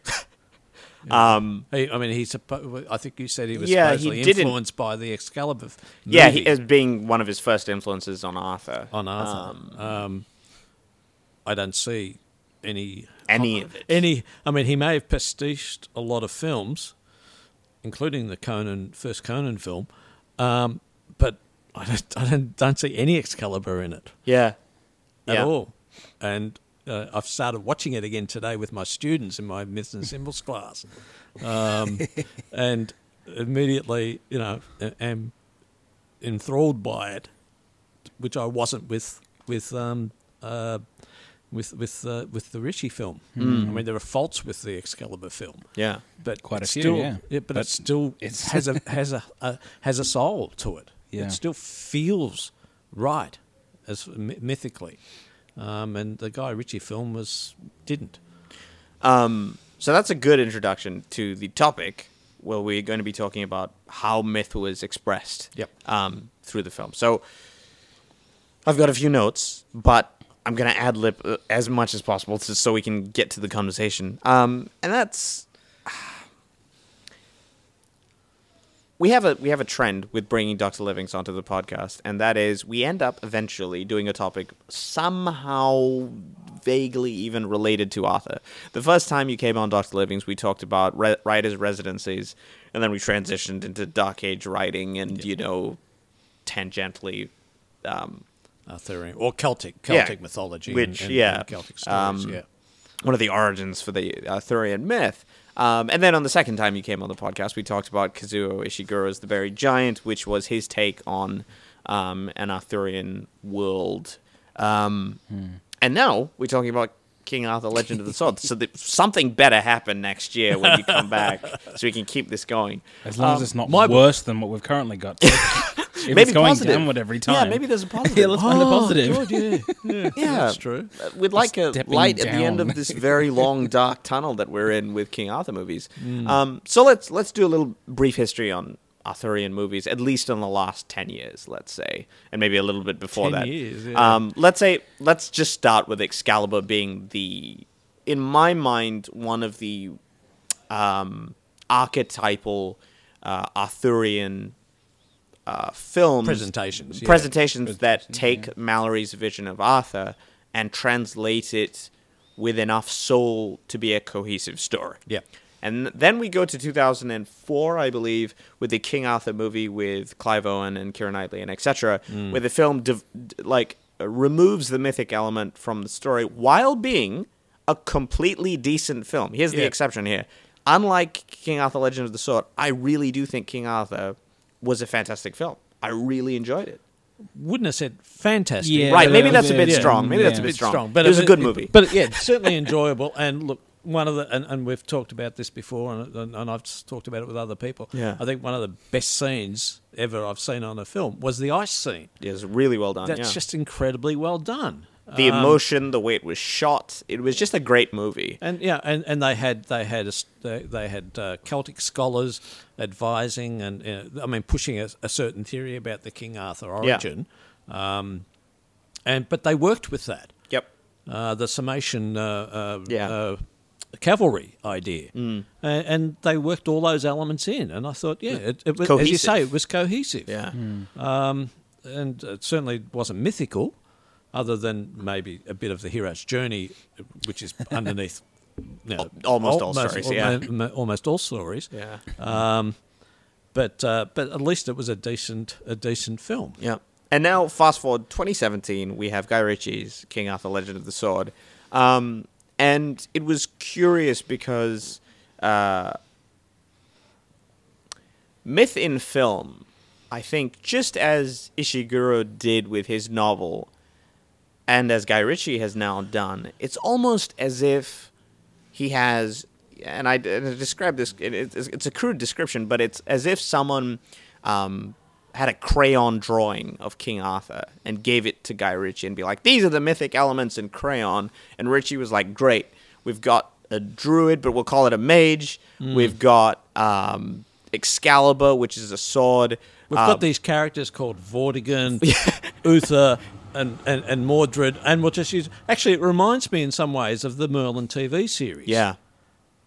Um. He- I mean, he's. suppo- I think you said he was Yeah, he supposedly didn't- influenced by the Excalibur. Movie Yeah, he, as being one of his first influences on Arthur. on Arthur. Um, Um, I don't see any Any of it. Any. I mean, he may have pastiched a lot of films, including the Conan first Conan film, um, but I don't, I don't don't see any Excalibur in it yeah. at Yeah. all. And uh, I've started watching it again today with my students in my myths and symbols class, um, and immediately, you know, a- am enthralled by it, which I wasn't with with um, uh, with with uh, with the Ritchie film. I mean, there are faults with the Excalibur film, Yeah. but Quite a it's few, still, yeah. but, But it still it's- has a has a, a has a soul to it. Yeah. It still feels right, as my- mythically, um, and the Guy Ritchie film was didn't. Um. So that's a good introduction to the topic, where we're going to be talking about how myth was expressed. Yep. Um. Through the film. So I've got a few notes, but I'm gonna ad lib uh, as much as possible to, so we can get to the conversation. Um, and that's we have a we have a trend with bringing Dr. Livings onto the podcast, and that is we end up eventually doing a topic somehow vaguely even related to Arthur. The first time you came on Dr. Livings, we talked about re- writers' residencies, and then we transitioned into Dark Age writing, and you know, tangentially. Um, Arthurian uh, or Celtic, Yeah. Celtic mythology, and- Which, and, yeah. and Celtic Um, stories. yeah, one of the origins for the Arthurian myth. Um, and then on the second time you came on the podcast, we talked about Kazuo Ishiguro's The Buried Giant, which was his take on um, an Arthurian world. Um, Hmm. And now we're talking about King Arthur, Legend of the Sword. so that something better happen next year when you come back, so we can keep this going. As long Um, as it's not my- worse than what we've currently got. if it's going positive. downward every time. Yeah, maybe there's a positive. Yeah, let's find a positive. Oh, God, yeah, yeah, Yeah. that's true. Uh, with like a Stepping light at the end down. of this very long dark tunnel that we're in with King Arthur movies. Mm. Um, so let's let's do a little brief history on Arthurian movies, at least in the last ten years, let's say, and maybe a little bit before 10 that. years, yeah. um, let's say let's just start with Excalibur being the, in my mind, one of the um, archetypal uh, Arthurian uh, films Presentations, yeah. presentations that take Mallory's vision of Arthur and translate it with enough soul to be a cohesive story. Yeah. And then we go to 2004, I believe, with the King Arthur movie with Clive Owen and Kira Knightley and etc., Mm. where the film div- d- like uh, removes the mythic element from the story while being a completely decent film. Here's the Yeah. exception here. Unlike King Arthur Legend of the Sword, I really do think King Arthur was a fantastic film. I really enjoyed it. Wouldn't have said fantastic. Yeah, right, but maybe it that's was a bit a- strong. Maybe yeah. that's a It's bit strong. But it was a good it- movie. But yeah, certainly enjoyable. And look, one of the and, and we've talked about this before, and, and, and I've s- talked about it with other people. Yeah. I think one of the best scenes ever I've seen on a film was the ice scene. it was really well done. That's Uh, yeah. just um, incredibly well done. Uh, the emotion, the way it was shot. It was just a great movie. And yeah, and, and they had they had a s they, they had uh, Celtic scholars advising and uh, I mean pushing a, a certain theory about the King Arthur Yeah. origin, um, and but they worked with that. Yep. uh, the Summation uh, uh, Yeah. uh, cavalry idea, mm. and, and they worked all those elements in. And I thought, yeah, it, it was, as Cohesive. you say, it was cohesive. Yeah. Um, and it certainly wasn't mythical, other than maybe a bit of the hero's journey, which is underneath. you know, almost all stories, yeah. almo- almost all stories. Yeah. Um, but uh, but at least it was a decent a decent film. Yeah. And now, fast forward 2017, we have Guy Ritchie's King Arthur Legend of the Sword. Um, and it was curious because uh, myth in film, I think, just as Ishiguro did with his novel, and as Guy Ritchie has now done, it's almost as if he has, and I, and I describe this, it, it's it's a crude description, but it's as if someone um, had a crayon drawing of King Arthur and gave it to Guy Ritchie and be like, these are the mythic elements in crayon. And Ritchie was like, great, we've got a druid, but we'll call it a mage. Mm. We've got um, Excalibur, which is a sword. We've Um, got these characters called Vortigern, Uther, and, and, and Mordred, and we'll just use. Actually, it reminds me in some ways of the Merlin TV series. Yeah.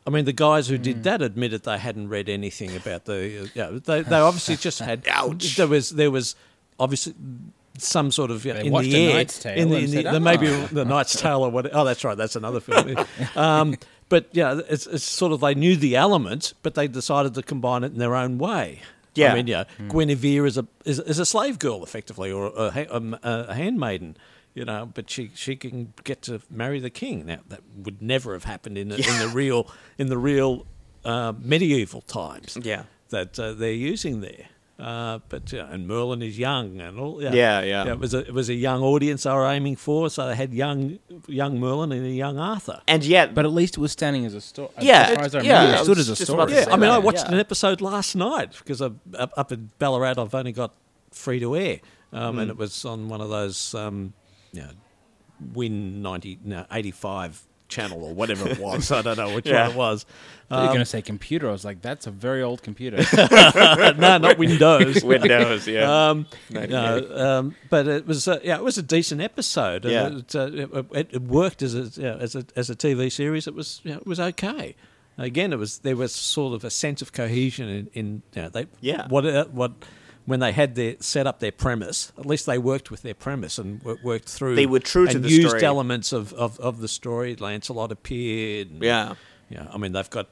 I mean, the guys who Mm. did that admitted they hadn't read anything about the. Uh, yeah, they, they obviously just had. Ouch. There was there was obviously some sort of yeah, They in watched the A air. Knight's Tale in the, and in the, said, the- maybe "Ah." the Knight's Tale or what? Oh, that's right. That's another film. um, but yeah, it's, it's sort of they knew the elements, but they decided to combine it in their own way. Yeah. I mean, yeah, Hmm. Guinevere is a is, is a slave girl effectively, or a, ha- um, a, a handmaiden. You know, but she, she can get to marry the king. Now that would never have happened in the, in the real in the real uh, medieval times. Yeah. that uh, they're using there. Uh, but yeah, and Merlin is young and all. Yeah, Yeah, yeah. It was a it was a young audience they were aiming for, so they had young young Merlin and a young Arthur. And yet, But at least it was standing as a story. Yeah, as far as I it- remember, yeah, it stood I as a was just about story. to Yeah, say I mean, that, I watched yeah. an episode last night because I, up, up in Ballarat, I've only got free to air, um, Hmm. and it was on one of those um, you know, Win ninety no, eighty five channel or whatever it was. I don't know which Yeah. one it was. You're Um, gonna say computer. I was like, that's a very old computer. Uh, no, not Windows. Windows, yeah. Um, Maybe. no, um, but it was uh, yeah, it was a decent episode. and Yeah. it, uh, it, it- it worked as a, yeah, as a as a TV series. It was you know, it was okay. Again, it was there was sort of a sense of cohesion in, in you know, they Yeah. what uh, what when they had their set up their premise. At least they worked with their premise and wo- worked through. They were true to and the used story. elements of, of, of the story. Lancelot appeared. and- yeah. yeah, I mean they've got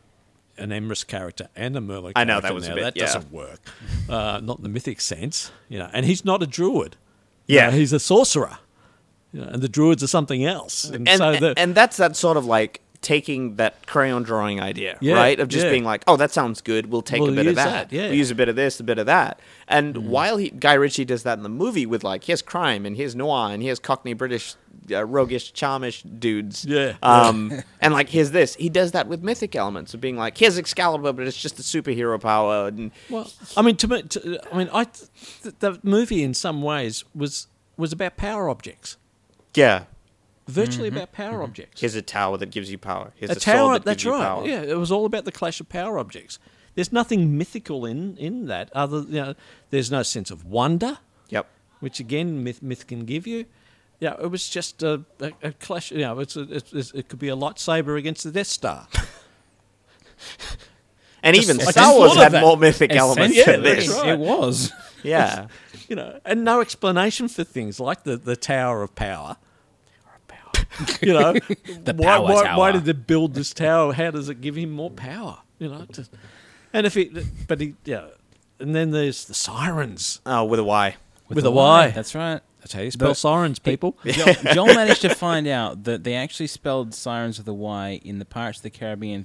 an Emrys character and a Merlin. Character I know, that was a now. bit- that yeah. doesn't work. Uh, not in the mythic sense, you know. And he's not a druid. You Yeah. know, he's a sorcerer, you know, and the druids are something else. And, and, so the, and that's that sort of like taking that crayon drawing idea, Yeah, right? Of just yeah. being like, oh, that sounds good. We'll take We'll a bit of use that. that, yeah. Mm. We'll use a bit of this, a bit of that. And while he, Guy Ritchie does that in the movie with like, here's crime and here's noir and here's Cockney British, uh, roguish, charmish dudes. Yeah. Um, and like, here's this. He does that with mythic elements of being like, here's Excalibur, but it's just a superhero power. And well, I mean, to me, to, I mean, I th- the movie in some ways was was about power objects, yeah, virtually about power objects. here's a tower that gives you power. Here's a Mm-hmm. a, tower. sword that that's gives you right. power. Yeah, it was all about the clash of power objects. There's nothing mythical in in that. Other, you know, there's no sense of wonder, Yep. which again myth myth can give you. Yeah, it was just a, a, a clash. You know, it's, a, it's, it's it could be a lightsaber against the Death Star. And even I Star just Wars thought of had that. more mythic elements Essentially, than this. that's right. It was. Yeah. you know, and no explanation for things like the, the Tower of Power. You know, The why, power why, why tower. did they build this tower? How does it give him more power? You know, just, and if he, but he, yeah, and then there's the sirens. Oh, with a Y. With a Y. That's right. That's how you spell The- sirens, people. Joel, Joel managed to find out that they actually spelled Sirens with a Y in the Pirates of the Caribbean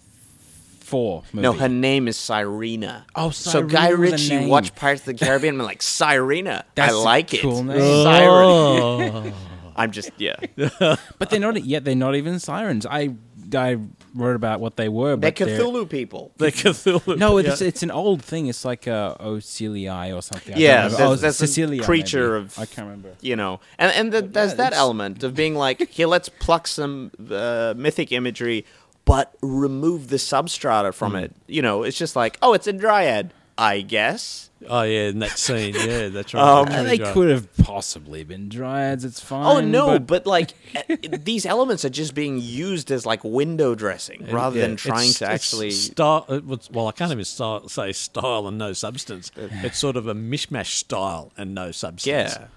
4 movie. No, her name is Cyrena. Oh, So Guy Cyrena was a Ritchie name. watched Pirates of the Caribbean and I'm like, Cyrena. That's I a like it. cool name. Cyrena. I'm just, yeah. But they're not yet. They're not even sirens. I I wrote about what they were. They're But Cthulhu people. The Cthulhu. No, it's it's an old thing. It's like a Ocilii or something. I Yeah, don't know. there's- Oh, there's a Sicilia, creature maybe. of- I can't remember. You know, and and the, there's that it's- element of being like, here, let's pluck some uh, mythic imagery, but remove the substrata from it. You know, it's just like, oh, it's a dryad, I guess. Oh yeah, in that scene. Yeah, that's right. Um, That's they right. could have possibly been dryads. It's fine. Oh no, but but, like uh, these elements are just being used as like window dressing rather than It's- trying it's to actually. style. it was- Well, I can't even style, say style and no substance. Uh, It's sort of a mishmash style and no substance. Yeah.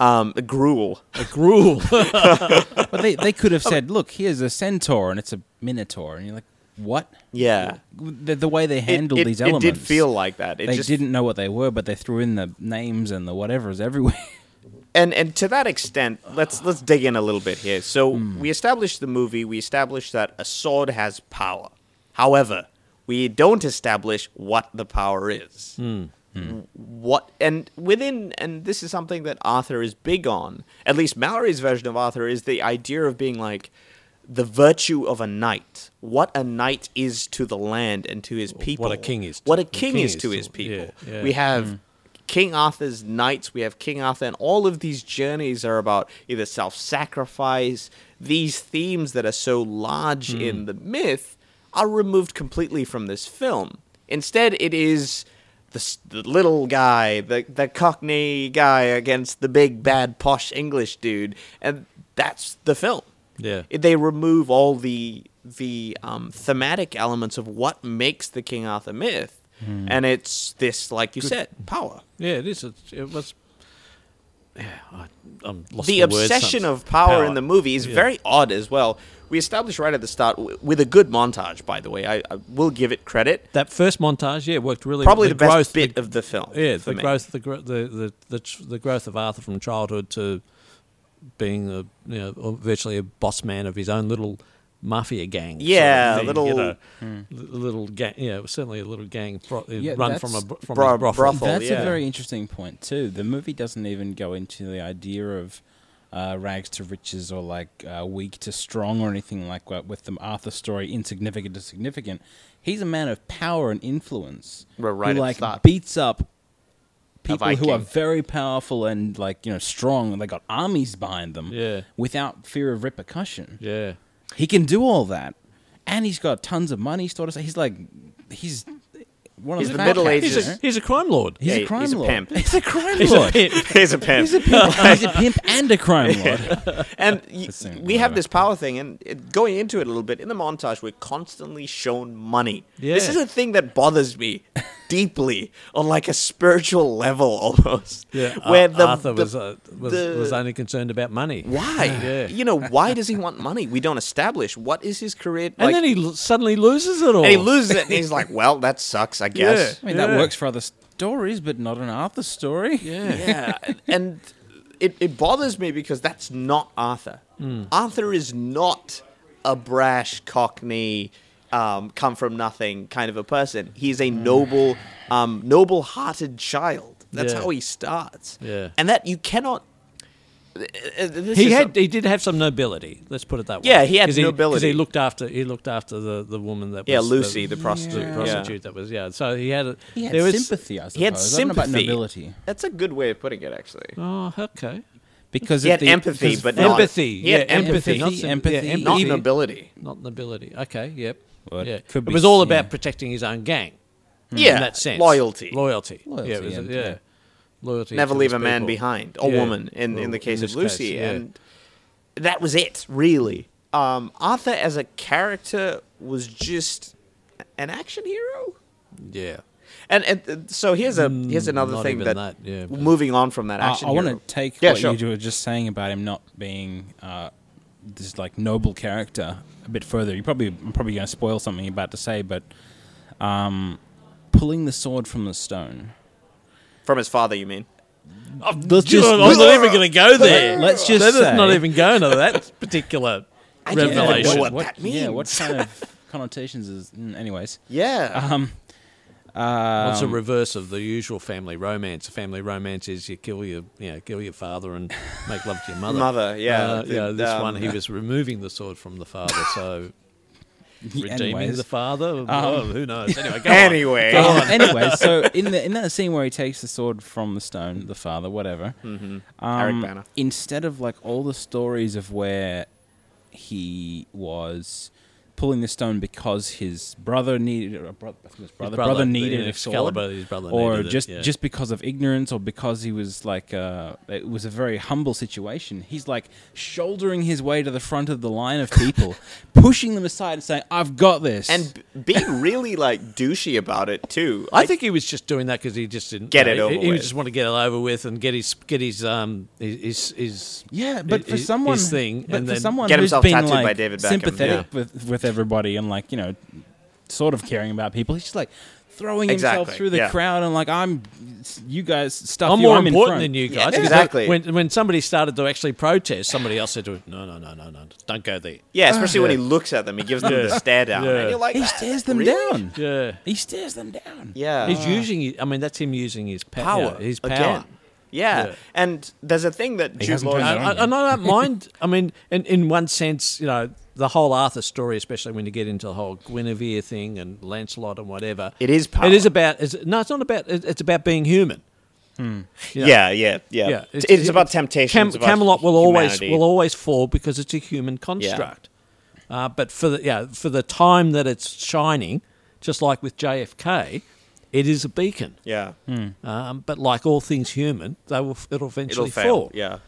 Um, gruel. a gruel. but they, they could have Oh. said, "Look, here's a centaur and it's a minotaur," and you're like, "What?" Yeah. The, the way they It- handled it, these it elements, did feel like that. It they just, didn't know what they were, but they threw in the names and the whatever's everywhere. and and to that extent, let's let's dig in a little bit here. So Hmm. we established the movie. We established that a sword has power. However, we don't establish what the power is. Hmm. What and within and this is something that Arthur is big on. At least Mallory's version of Arthur is the idea of being like the virtue of a knight. What a knight is to the land and to his people. king is to- What a what king, is, to his people. yeah, yeah. We have King Arthur's knights, we have King Arthur, and all of these journeys are about either self sacrifice, these themes that are so large in the myth are removed completely from this film. Instead, it is the, s- the little guy, the, the cockney guy against the big, bad, posh English dude, and that's the film. Yeah. It- they remove all the the um, thematic elements of what makes the King Arthur myth, Hmm. and it's this, like you said, power. yeah, it is. It, it was. Yeah, I, I'm lost. the for words obsession sometimes. of power, in the movie is very odd as well. We established right at the start w- with a good montage, by the way. I, I will give it credit. That first montage, yeah, worked really. Probably the the, best growth, bit of the film. Yeah, for the me. growth, the, gro- the the the tr- the growth of Arthur from childhood to being a you know or virtually a boss man of his own little mafia gang. sort of Yeah, thing, you little- know. Hmm. Li- little gang. Yeah, it was certainly a little gang bro- Yeah, run that's- from a bro- from Bro- a brothel. brothel. That's yeah. a very interesting point too. The movie doesn't even go into the idea of uh, rags to riches or like uh, weak to strong or anything like that with the Arthur story, insignificant to significant. He's a man of power and influence We're right at who the like start. beats up people who are Viking. very powerful and like you know strong and they got armies behind them Yeah. without fear of repercussion. Yeah. He can do all that, and he's got tons of money stored aside. He's like, he's one of He's the, the fat middle cats, ages. you He's know? a, he's a crime lord. He's Yeah, a crime he's a lord. pimp. He's a crime He's a lord. pimp. He's a pimp. He's a pimp. he's a pimp and a crime lord. and y That's soon, we have whatever. this power thing, and it- going into it a little bit in the montage, we're constantly shown money. This Yeah. is a thing that bothers me deeply on like a spiritual level almost. where Ar- the, Arthur the- was, uh, was the- was only concerned about money. why Yeah. you know why does he want money? We don't establish what is his career. And like- then he l- suddenly loses it all. and he loses it, and he's like, "Well, that sucks, I guess." I mean, Yeah. that works for other stories, but not an Arthur story. Yeah. yeah and it, it bothers me because that's not arthur Hmm. arthur is not a brash cockney um, come from nothing kind of a person he's Hmm. a noble um, noble hearted child that's Yeah. how he starts Yeah. and that you cannot uh, uh, this he is had some- he did have some nobility. Let's put it that way. Yeah, he had 'Cause nobility. he looked after he looked after the, the woman that yeah was lucy the, the prostitute yeah. prostitute that was yeah. So he had a, He had there was, sympathy, I suppose. he had I don't know sympathy about nobility. that's a good way of putting it actually Oh, okay. Because He if had the- empathy, because but if- not- Empathy, he had yeah, empathy, empathy, not sym- empathy. yeah, not empathy, not, nobility nobility. Okay, yep. Well, it yeah. could it be- was all about yeah. protecting his own gang. yeah Hmm. in that sense. loyalty Loyalty. Loyalty yeah, it was, and- yeah. yeah. Loyalty. never to leave these a man people. behind or Yeah. woman in, Well, in the case in of this lucy case, yeah. and that was it really um, arthur as a character was just an action hero Yeah. and, and uh, so here's a here's another Mm, not thing even that, that, yeah, but- moving on from that I- action I want hero- to take Yeah, what sure. you were just saying about him not being uh, this like noble character a bit further. You probably I'm probably going to spoil something you're about to say, but um, pulling the sword from the stone. from his father you mean Let's Just, I'm not even going to go there. Let's just Let us say- not even go into that particular I don't even know revelation. what that Yeah, what means. kind of connotations is? mm, Anyways, yeah um, Um, What's a reverse of the usual family romance? A family romance is you kill your, you know, kill your father and make love to your mother. Mother, yeah, Uh, the- yeah, this um, one he was removing the sword from the father, so redeeming anyways. the father. oh, who knows? Anyway, go Um, on. anyway Um, anyway, so in the in that scene where he takes the sword from the stone, the father, whatever, um, Eric Banner. instead of like all the stories of where he was pulling the stone because his brother needed a brother, I think it was brother, brother, brother the needed a sword, Excalibur, his brother or needed it, just yeah. just because of ignorance, or because he was like uh, it was a very humble situation. He's like shouldering his way to the front of the line of people, pushing them aside and saying, "I've got this," and b- being really like douchey about it too I think he was just doing that because he just didn't Get you it know, over He, he with. just wanted to get it over with and get his get his um his his, his Yeah, but for his- someone, his thing but and for then someone Get who's himself been tattooed by like David Beckham, sympathetic with with everybody and like you know, sort of caring about people, he's just like throwing Exactly, himself through the yeah. crowd and like I'm, you guys stuff. I'm you, more I'm in important front." than you Yeah, guys. 'Cause exactly. When when somebody started to actually protest, somebody else said to him, "No, no, no, no, no, don't go there." yeah especially when he looks at them he gives them the stare down Ah, Yeah. and you're like He stares them "Really?" down. Yeah, He stares them down. yeah he's using. I mean, that's him using his pa- power. yeah, his power. Again. Yeah. Yeah. and there's a thing that Jude hasn't Law. turned it on. I, I, and I don't mind. I mean, in, in one sense, you know, the whole Arthur story, especially when you get into the whole Guinevere thing and Lancelot and whatever, It is power. It is about. It's, no, it's not about. it- It's about being human. yeah, yeah, yeah. Yeah, It's, about temptation. Cam- Camelot will always will always fall because it's a human construct. Uh, but for the yeah for the time that it's shining, just like with JFK, it is a beacon. yeah. Um, but like all things human, they will it'll eventually It'll fail. fall. Yeah.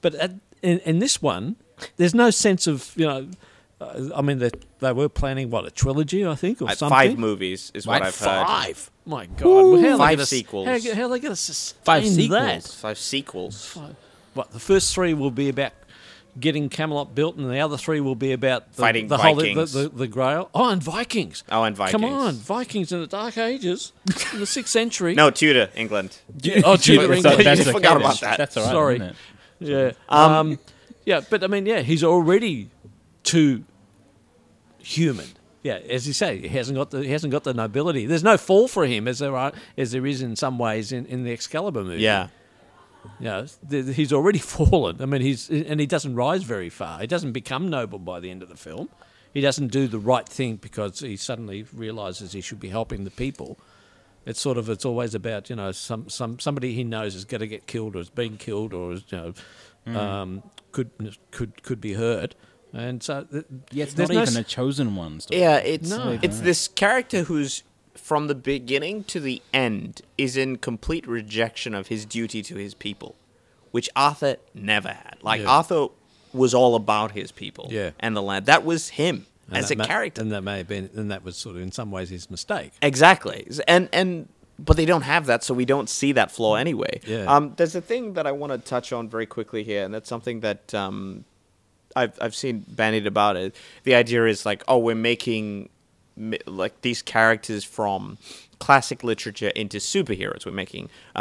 But at, in, in this one, there's no sense of you know. Uh, I mean, they, they were planning what a trilogy, I think, or At something. five movies is what Right, I've heard. Five. My God, how are they Five gonna s- sequels. How, how are they going to sustain Five that? sequels. Five sequels. What the first three will be about getting Camelot built, and the other three will be about the, Fighting the holy- Vikings. the, the, the Grail. Oh, and Vikings. Oh, and Come Vikings. on, Vikings in the Dark Ages, in the sixth century. No, Tudor England. oh, Tudor Wait, England. sorry. You forgot about that. That's all right. Sorry. isn't it? Yeah, um, yeah, but I mean, yeah, he's already too human. Yeah, as you say, he hasn't got the he hasn't got the nobility. There's no fall for him as there are as there is in some ways in, in the Excalibur movie. Yeah. Yeah, th- he's already fallen. I mean, he's and he doesn't rise very far. He doesn't become noble by the end of the film. He doesn't do the right thing because he suddenly realizes he should be helping the people. It's sort of it's always about you know some some somebody he knows is going to Mm. get killed or is being killed or is you know um, could could could be hurt. And so th- Yeah, it's there's not no even s- a chosen one story. Yeah, it's No. it's this character who's from the beginning to the end is in complete rejection of his duty to his people, which Arthur never had. Like Yeah. Arthur was all about his people Yeah. and the land. That was him and as that a ma- character. and that may have been, and that was sort of in some ways his mistake. Exactly. And and but they don't have that, so we don't see that flaw anyway. Yeah. Um, there's a thing that I want to touch on very quickly here, and that's something that um, I've I've seen bandied about it. The idea is like, oh, we're making mi- like these characters from classic literature into superheroes. We're making uh,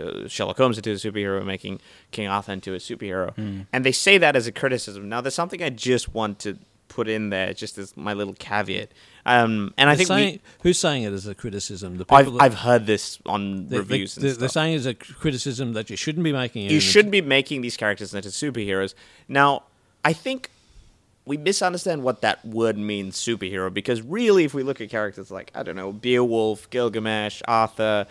uh, Sherlock Holmes into a superhero. We're making King Arthur into a superhero, and they say that as a criticism. Now, there's something I just want to put in there, just as my little caveat. Um, and I think we- saying, who's saying it as a criticism? The people I've, that, I've heard this on they, reviews they, and they're stuff. saying it's a criticism that you shouldn't be making. it you and- shouldn't be making these characters into superheroes. Now, I think we misunderstand what that word means, superhero, because really, if we look at characters like, I don't know, Beowulf, Gilgamesh, Arthur,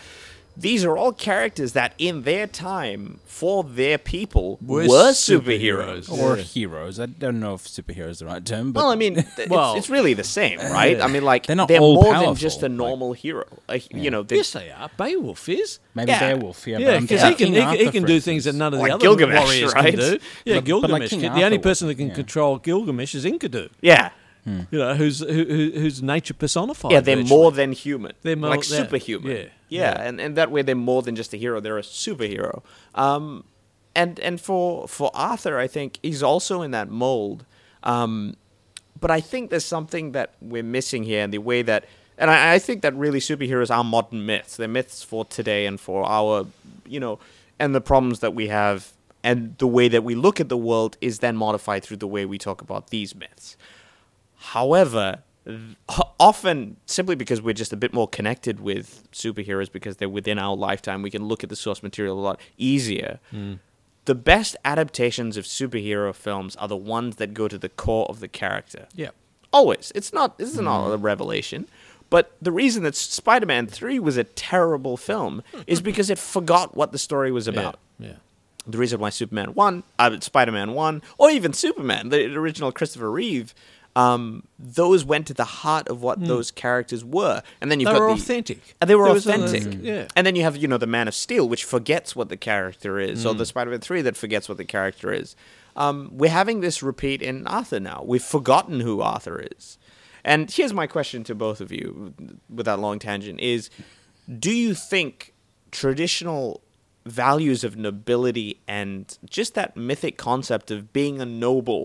these are all characters that in their time, for their people, were, Were superheroes. superheroes. Or Yeah. heroes. I don't know if superhero is the right term, but Well, I mean, th- it's, Well, it's really the same, right? I mean, like, They're they're, not all more powerful, than just a like- normal hero. Like, You know, they're Yes, they are. Beowulf is. maybe yeah. Beowulf. Yeah, Yeah, because because he can, he, can- he can do things that none of the Like other Gilgamesh, warriors right? can do. But- but Yeah, like Gilgamesh. King can- the Arthur only was, person that can yeah. Hmm. control Gilgamesh is Enkidu. yeah. You know, who's who, who, who's nature personified. Yeah, they're virtually. more than human. They're more- like yeah, superhuman. yeah, Yeah, And, and that way they're more than just a hero. They're a superhero. Um, and and for for Arthur, I think he's also in that mold. Um, but I think there's something that we're missing here, and the way that, and I, I think that really superheroes are modern myths. They're myths for today and for our, you know, and the problems that we have, and the way that we look at the world is then modified through the way we talk about these myths. However, th- ho- often simply because we're just a bit more connected with superheroes because they're within our lifetime, we can look at the source material a lot easier. The best adaptations of superhero films are the ones that go to the core of the character. Yeah. Always. It's not this is not a revelation. But the reason that Spider-Man 3 was a terrible film is because it forgot what the story was Yeah. about Yeah. the reason why Superman one, uh, Spider Man one, or even Superman, the original Christopher Reeve, um, those went to the heart of what those characters were, and then you Hmm. They got were the- authentic. And they were There was a- authentic. yeah. And then you have you know the Man of Steel, which forgets what the character is, or the Spider Man three that forgets what the character is. Um, we're having this repeat in Arthur now. We've forgotten who Arthur is. And here's my question to both of you, with that long tangent, is do you think traditional values of nobility and just that mythic concept of being a noble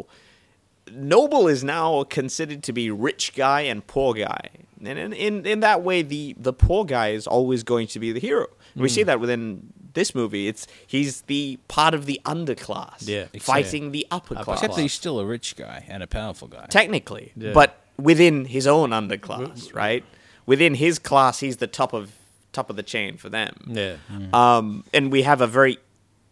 noble is now considered to be rich guy and poor guy and in, in, in that way the, the poor guy is always going to be the hero we Hmm. see that within this movie it's he's the part of the underclass Yeah, fighting the upper, class, Upper class. Except that he's still a rich guy and a powerful guy. technically Yeah. but within his own underclass right within his class he's the top of top of the chain for them Yeah. um, and we have a very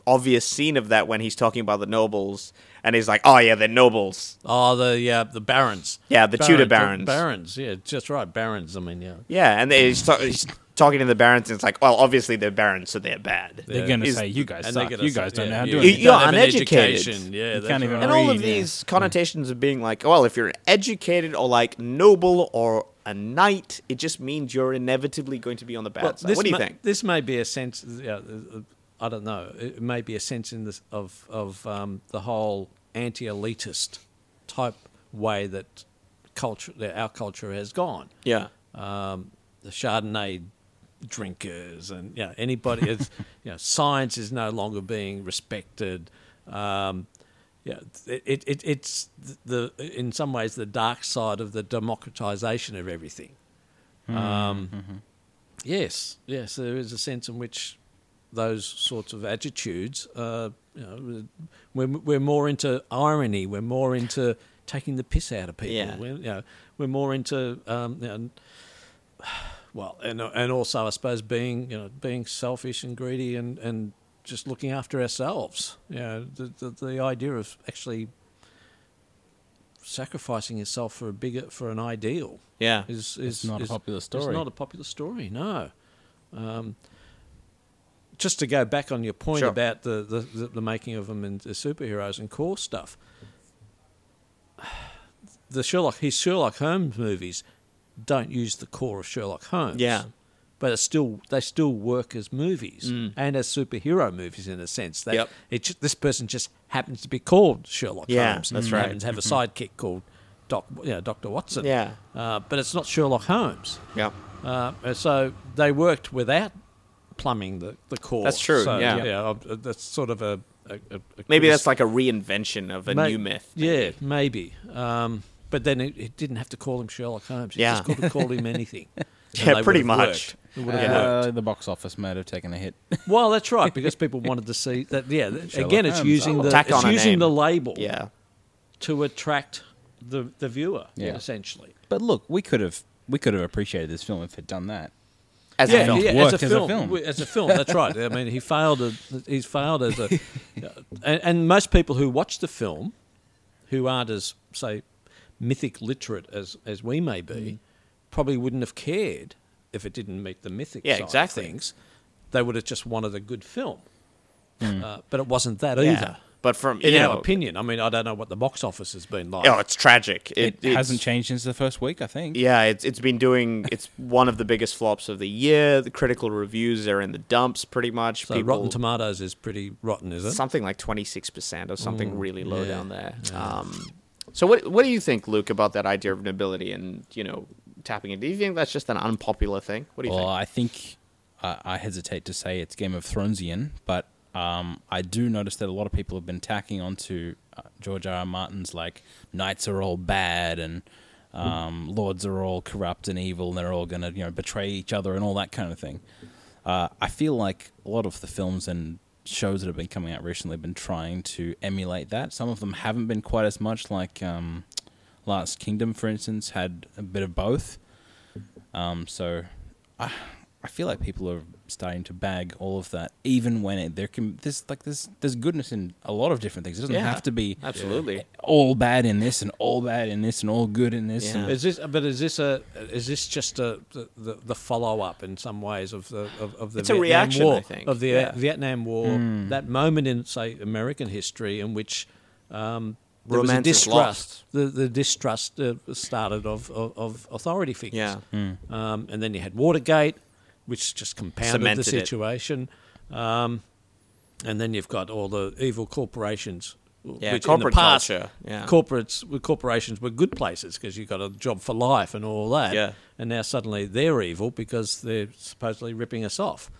obvious scene of that when he's talking about the nobles, and he's like, "Oh yeah, they're nobles." Oh, the yeah, the barons. Yeah, the Tudor barons. Barons. Yeah, just right. Barons. I mean, yeah. Yeah, and they- he's, ta- he's talking to the barons, and it's like, "Well, obviously they're barons, so they're bad." They're going to Is- say, you guys And they suck. get You us- guys don't yeah, know how to yeah. do You- anything. you're don't have an uneducated. education. Yeah, You that's can't even right. and all of Read, yeah. these connotations of being like, "Well, if you're educated or like noble or a knight, it just means you're inevitably going to be on the bad side." this What do you may, think? This may be a sense. Yeah, uh, uh, I don't know. It may be a sense in this of of um, the whole anti-elitist type way that culture, that our culture has gone. Yeah, Um, the Chardonnay drinkers and yeah, anybody. It's, you know, science is no longer being respected. Um, yeah, it, it, it, it's the in some ways the dark side of the democratization of everything. Um, Yes, yes, there is a sense in which those sorts of attitudes, uh, you know, we're, we're more into irony, we're more into taking the piss out of people, Yeah. we're, you know, we're more into, um, you know, well, and and also I suppose being you know being selfish and greedy and and just looking after ourselves, you know, the the, the idea of actually sacrificing yourself for a bigger for an ideal yeah, is is It's not a is- popular is story. not a popular story. No. Um, just to go back on your point Sure. about the, the, the, the making of them and the superheroes and core stuff. the Sherlock, his Sherlock Holmes movies don't use the core of Sherlock Holmes. Yeah. But it's still they still work as movies and as superhero movies in a sense. That Mm. Yep. it ju- this person just happens to be called Sherlock Yeah, Holmes. that's and right. Happens to have a Mm-hmm. sidekick called Doc, you know, Doctor Watson. Yeah. Uh, but it's not Sherlock Holmes. Yeah. Uh, and so they worked without plumbing the, the core. That's true, So, yeah. uh, that's sort of a, a, a- a Maybe critici- that's like a reinvention of a Ma- new myth. Yeah, maybe. Um, but then it, it didn't have to call him Sherlock Holmes. You Yeah. just could have called him anything. And Yeah, they pretty would have much. worked. It would have Yeah. worked. Uh, the box office might have taken a hit. Well, that's right because people wanted to see that. Yeah, th- Sherlock again, it's Holmes. using Oh. the Tack it's on a using name. the label Yeah. to attract the the viewer Yeah. essentially. But look, we could have we could have appreciated this film if it done that. As a yeah, film. yeah, Worked as a film, w- as a film. That's right. I mean, he failed. A, he's failed as a, and, and most people who watch the film, who aren't as say mythic literate as as we may be, Mm. probably wouldn't have cared if it didn't meet the mythic. Yeah, side of exactly. Things they would have just wanted a good film, uh, but it wasn't that Yeah. either. But from In you our know- opinion, I mean, I don't know what the box office has been like. Oh, it's tragic. It, it's- hasn't changed since the first week, I think. Yeah, it's it's been doing. It's one of the biggest flops of the year. The critical reviews are in the dumps, pretty much. so People, Rotten Tomatoes is pretty rotten, is it? something like twenty six percent or something really low yeah, down there. Um, so what what do you think, Luke, about that idea of nobility and you know tapping it? Do you think that's just an unpopular thing? What do you Well, I think I, I hesitate to say it's Game of Thronesian, but um, I do notice that a lot of people have been tacking onto uh, George R. R. Martin's like knights are all bad and Hmm. um, lords are all corrupt and evil and they're all going to you know betray each other and all that kind of thing. Uh, I feel like a lot of the films and shows that have been coming out recently have been trying to emulate that. Some of them haven't been quite as much, like um, Last Kingdom, for instance, had a bit of both. Um, so I, I feel like people are starting to bag all of that, even when it, there can there's like there's there's goodness in a lot of different things. It doesn't think? Yeah, have to be absolutely. all bad in this and all bad in this and all good in this. Yeah. and- Is this? But is this a? Is this just a the, the, the follow up in some ways of the of, of the It's a Vietnam reaction, I War think. of the uh, Yeah. Vietnam War that moment in say American history in which um, there Romance was a is distrust the the distrust uh, started of, of of authority figures. Yeah. Um, and then you had Watergate, which just compounded Cemented the it. situation. Um, and then you've got all the evil corporations. w- Yeah, which in corporate the past, culture, yeah. corporates well, corporations were good places because you got a job for life and all that. Yeah. And now suddenly they're evil because they're supposedly ripping us off.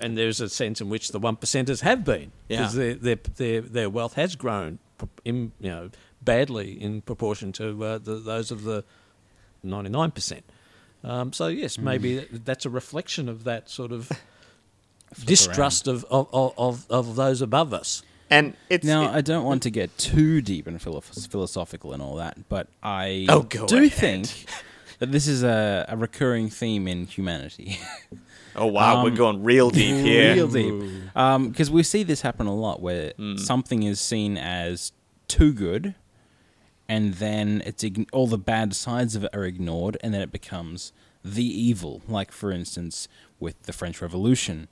And there's a sense in which the one percenters have been Yeah. because their, their their their wealth has grown, p- in, you know, badly in proportion to uh, the, those of the ninety nine percent. Um, so Hmm. yes, maybe th that's a reflection of that sort of distrust of, of, of- of, of those above us. And it's Now, I don't want to get too deep and philo- philosophical and all that, but I Oh, go do ahead. think that this is a, a recurring theme in humanity. oh wow, we're um, going real deep here. Real deep. Because we see this happen a lot where Hmm. something is seen as too good, and then it's ign- all the bad sides of it are ignored, and then it becomes the evil. Like for instance, with the French Revolution,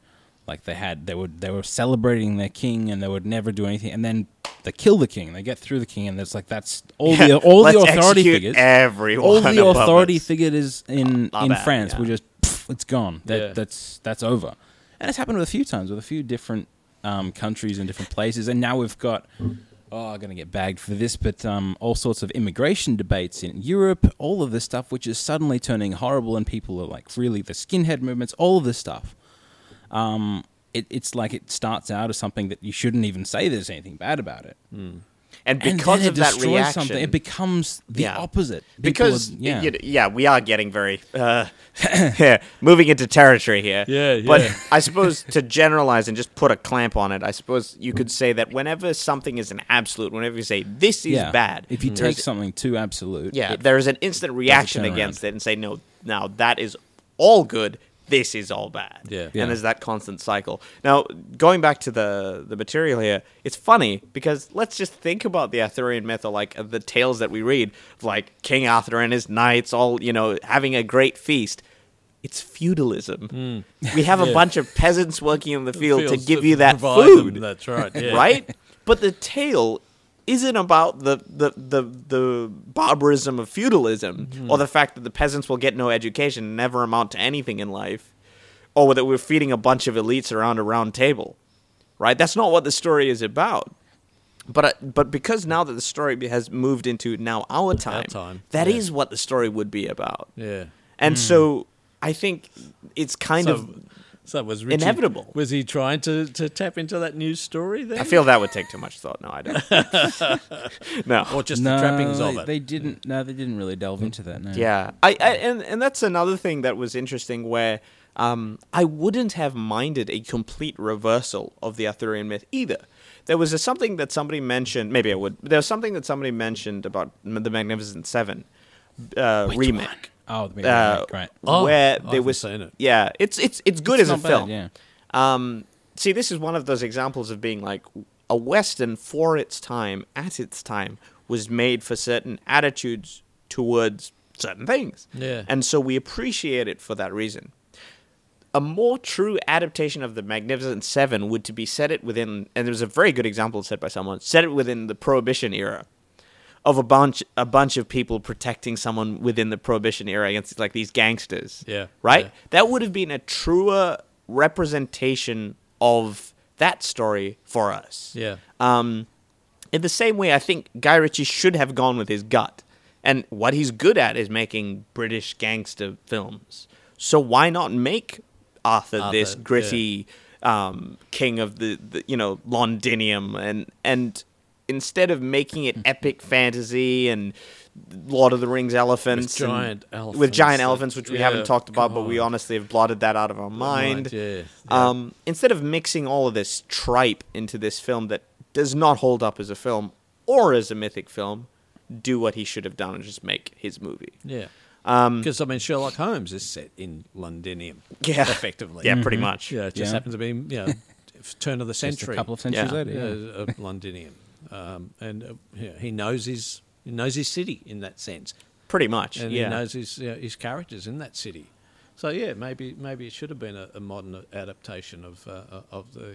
like they had they would they were celebrating their king and they would never do anything, and then they kill the king. They get through the king, and it's like that's all Yeah, the all the let's authority execute figures. Everyone all the above authority us. figures in Ah, in bad, France yeah. were just pff, it's gone. That Yeah. that's that's over. And it's happened with a few times with a few different um, countries and different places. And now we've got oh, I'm gonna get bagged for this, but um, all sorts of immigration debates in Europe, all of this stuff, which is suddenly turning horrible, and people are like really the skinhead movements, all of this stuff Um, it, it's like it starts out as something that you shouldn't even say there's anything bad about it. and And because then it of that destroys reaction, something, it becomes the Yeah. opposite. People because are- yeah. yeah, we are getting very uh, yeah, moving into territory here. Yeah, But yeah. I suppose to generalize and just put a clamp on it, I suppose you could say that whenever something is an absolute, whenever you say this is yeah. bad, If you there's- take something too absolute, yeah, it- there is an instant reaction turnaround. against it and say no, now that is all good. This is all bad. Yeah. Yeah. And there's that constant cycle. Now, going back to the the material here, it's funny because let's just think about the Arthurian myth or like the tales that we read, like King Arthur and his knights all, you know, having a great feast. It's feudalism. We have a bunch of peasants working in the field to Fields give you that provide them, food That's right. Yeah. right? But the tale isn't about the the the, the barbarism of feudalism Mm-hmm. or the fact that the peasants will get no education and never amount to anything in life, or that we're feeding a bunch of elites around a round table, right? That's not what the story is about. But I- but because now that the story has moved into now our time, time, that is yeah. what the story would be about. Yeah. Hmm. And so I think it's kind so, of so was Richie, inevitable. Was he trying to, to tap into that news story then? I feel that would take too much thought. No, I don't. no. or just the trappings they, of it? They didn't. No, they didn't really delve into that. No. Mm. Yeah. I, I and and that's another thing that was interesting where um, I wouldn't have minded a complete reversal of the Arthurian myth either. There was a, something that somebody mentioned. Maybe I would. There was something that somebody mentioned about m- the Magnificent Seven uh, remake. Oh, the uh, right. Oh, I where there haven't was seen it. yeah, it's it's it's good It's as a not bad, film. yeah. Um, see, this is one of those examples of being like a western for its time, at its time, was made for certain attitudes towards certain things. Yeah. and so we appreciate it for that reason. A more true adaptation of the Magnificent Seven would to be set it within, and there was a very good example set by someone, set it within the Prohibition era of a bunch a bunch of people protecting someone within the prohibition era against like these gangsters. Yeah, Right? yeah. That would have been a truer representation of that story for us. Yeah. Um in the same way I think Guy Ritchie should have gone with his gut. And what he's good at is making British gangster films. So why not make Arthur, Arthur, this yeah. gritty um, king of the, the you know Londinium and and instead of making it epic fantasy and Lord of the Rings elephants and- giant with elephants giant that- elephants which we yeah, haven't talked about but we honestly have blotted that out of our mind. Right, yeah. Um, instead of mixing all of this tripe into this film that does not hold up as a film or as a mythic film, do what he should have done and just make his movie. Yeah. Because I mean, Sherlock Holmes is set in Londinium. Um, Yeah. effectively. Yeah, pretty much. Yeah, it just Yeah. happens to be you know f- turn of the Just century, a couple of centuries Yeah. later. yeah, Yeah. uh, Londinium, um, and uh, yeah, he knows his he knows his city in that sense, Pretty much. and yeah. he knows his you know, his characters in that city. So yeah, maybe maybe it should have been a, a modern adaptation of uh, of the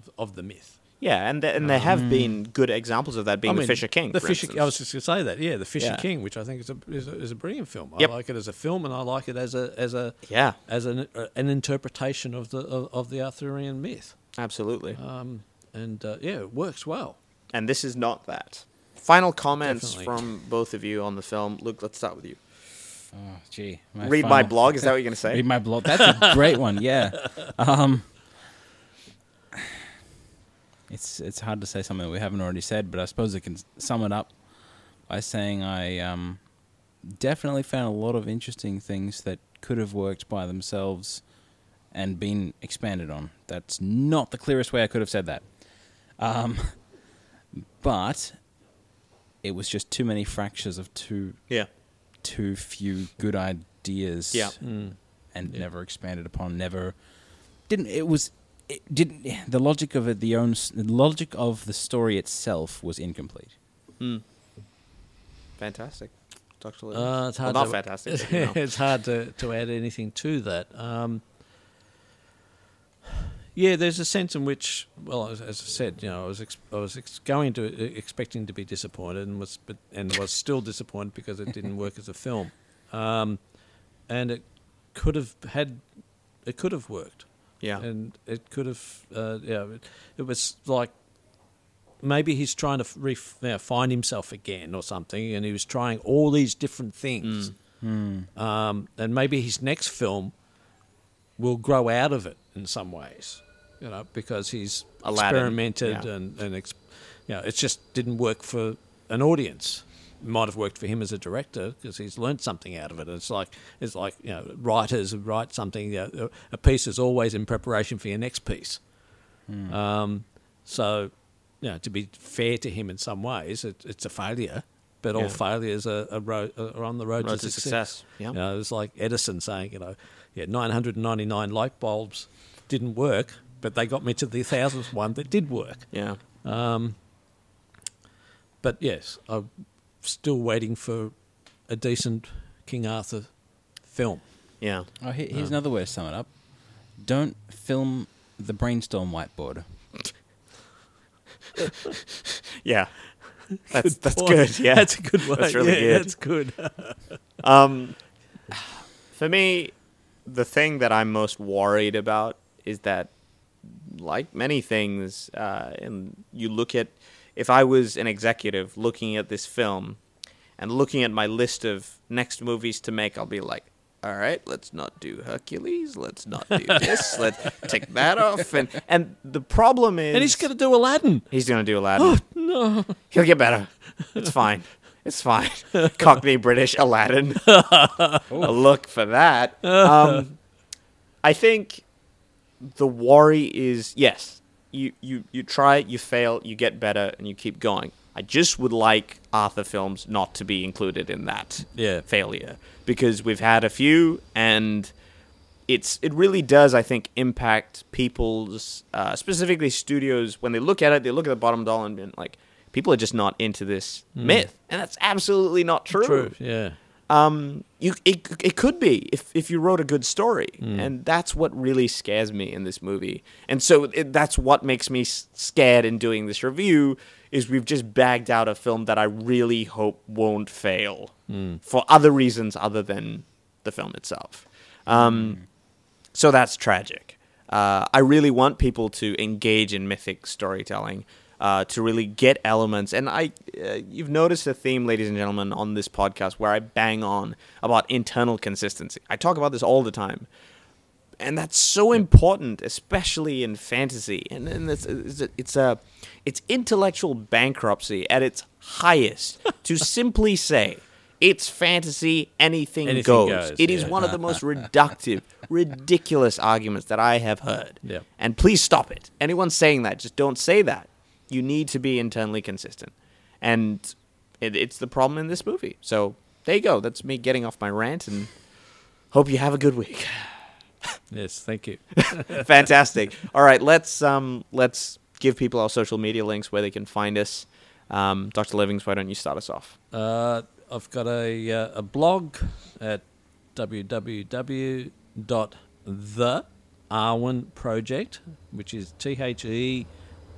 of, of the myth. Yeah, and th- and there have been good examples of that being the Fisher King. The for Fisher. instance. I was just going to say that. Yeah, the Fisher Yeah. King, which I think is a is a, is a brilliant film. Yep. I like it as a film, and I like it as a as a Yeah. as an uh, an interpretation of the of, of the Arthurian myth. absolutely. Um, and uh, yeah, it works well. and this is not that. Final comments Definitely. from both of you on the film. Luke, let's start with you. Oh, gee. my Read my final- blog. Is that what you're gonna say? Read my blog. That's a great one. Yeah. Um, it's it's hard to say something that we haven't already said, but I suppose I can sum it up by saying I um, definitely found a lot of interesting things that could have worked by themselves and been expanded on. That's not the clearest way I could have said that. Um, but it was just too many fractures of too yeah. too few good ideas Yeah. and never expanded upon never didn't it was it didn't the logic of it the own s- the logic of the story itself was incomplete Fantastic. Dr. Lewis. Uh, it's well, hard not to, fantastic. but, you know. it's hard to, to add anything to that. Um, yeah, there's a sense in which, well, as, as I said, you know, I was ex- I was ex- going to e, expecting to be disappointed and was but, and was still disappointed because it didn't work as a film, um, and it could have had it could have worked. Yeah. and it could have uh, yeah it, it was like maybe he's trying to f- ref- you know, find himself again or something and he was trying all these Mm. different things Um, and maybe his next film will grow out of it in some ways you know because he's Aladdin, experimented yeah. and and ex- you know it just didn't work for an audience it might have worked for him as a director because he's learned something out of it. It's like it's like you know writers who write something. You know, a piece is always in preparation for your next piece. Hmm. Um, so, you know, to be fair to him in some ways, it, it's a failure, but all Yeah. failures are, are, ro- are on the road, Road to to success. success, yeah. You know, it's like Edison saying, you know, yeah, 999 light bulbs didn't work, but they got me to the thousandth one that did work. yeah. But yes, I'm still waiting for a decent King Arthur film. Yeah. oh he- here's another way to sum it up don't film the brainstorm whiteboard Yeah. That's that's point. good. Yeah, That's a good one. That's really yeah, good. That's good. Um, for me, the thing that I'm most worried about is that, like many things, uh, and you look at, if I was an executive looking at this film, and looking at my list of next movies to make, I'll be like. All right, let's not do Hercules. Let's not do this. let's take that off. And and the problem is, And he's going to do Aladdin. He's gonna do Aladdin. no, he'll get better. It's fine. It's fine. Cockney British Aladdin. A look for that. Um, I think the worry is yes, you you you try, you fail, you get better, and you keep going. I just would like Arthur films not to be included in that Yeah. failure because we've had a few and it's it really does I think impact people's uh, specifically studios when they look at it they look at the bottom dollar and being like people are just not into this myth and that's absolutely not true. True. Yeah. Um, you it it could be if if you wrote a good story and that's what really scares me in this movie and so it, that's what makes me s- scared in doing this review is we've just bagged out a film that I really hope won't fail for other reasons other than the film itself. Um, so that's tragic. Uh, I really want people to engage in mythic storytelling, uh, to really get elements. And I, uh, you've noticed a theme, ladies and gentlemen, on this podcast where I bang on about internal consistency. I talk about this all the time, and that's so important, especially in fantasy. And, and it's, it's, a, it's a, it's intellectual bankruptcy at its highest to simply say. It's fantasy. Anything, Anything goes. goes, It is yeah. one of the most reductive, ridiculous arguments that I have heard. Yeah. And please stop it. Anyone saying that, just don't say that. You need to be internally consistent. And it, it's the problem in this movie. So there you go. That's me getting off my rant and hope you have a good week. Yes. Thank you. Fantastic. All right, let's um let's give people our social media links where they can find us. Um, Dr. Livings, why don't you start us off? Uh, I've got a uh, a blog at www.thearwenproject, which is T H E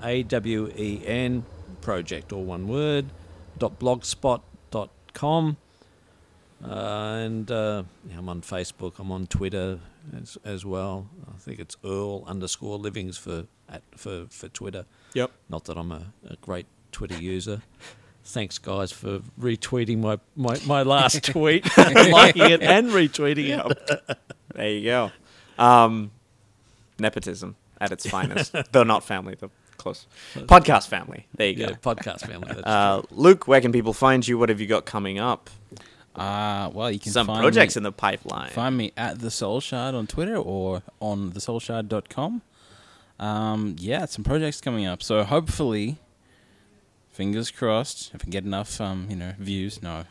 A W E N project, all one word, dot blogspot.com. Uh, and uh, yeah, I'm on Facebook. I'm on Twitter as, as well. I think it's Earl underscore Livings for at, for for Twitter. Yep. Not that I'm a, a great Twitter user. Thanks, guys, for retweeting my, my, my last tweet, liking it, and retweeting it. There you go. Um, nepotism at its finest, though not family, though close. Podcast family. There you Yeah, go. podcast family. That's Uh, Luke, where can people find you? What have you got coming up? Uh, well, you can Some find projects me, in the pipeline. find me at the Soul Shard on Twitter or on thesoulshard.com. Um, yeah, some projects coming up. So hopefully, fingers crossed, if I get enough, um, you know, views. No,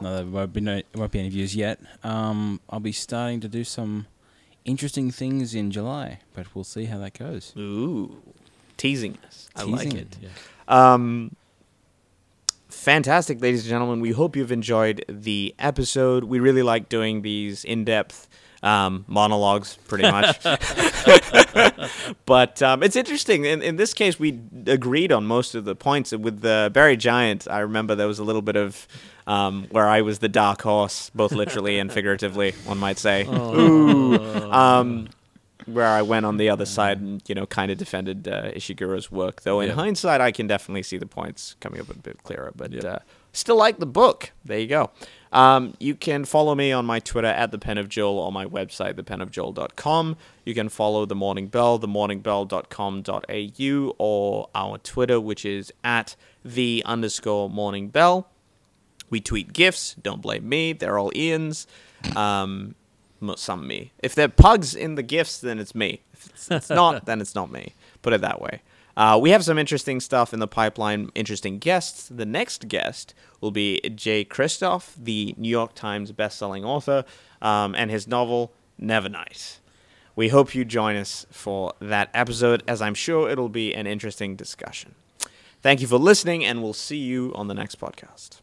no, there won't be no, there won't be any views yet. Um, I'll be starting to do some interesting things in July, but we'll see how that goes. Ooh, teasing us. I like Teasing. it. Um, fantastic, ladies and gentlemen. We hope you've enjoyed the episode. We really like doing these in depth um, monologues, pretty much. but um, it's interesting. In, in this case, we agreed on most of the points. With the Barry Giant, I remember there was a little bit of um, where I was the dark horse, both literally and figuratively, one might say. Ooh. Um, where I went on the other side and you know kind of defended uh, Ishiguro's work. Though in Yeah. hindsight, I can definitely see the points coming up a bit clearer. But uh, still like the book. There you go. Um, you can follow me on my Twitter at the Pen of Joel or my website thepenofjoel.com. You can follow the Morning Bell, themorningbell.com.au, or our Twitter, which is at the underscore Morning Bell. We tweet gifs. Don't blame me. They're all Ian's. Um, mo- some me. If they're pugs in the gifs, then it's me. If it's, it's not, then it's not me. Put it that way. Uh, we have some interesting stuff in the pipeline. Interesting guests. The next guest will be Jay Kristoff, the New York Times best-selling author, um, and his novel Nevernight. We hope you join us for that episode, as I'm sure it'll be an interesting discussion. Thank you for listening, and we'll see you on the next podcast.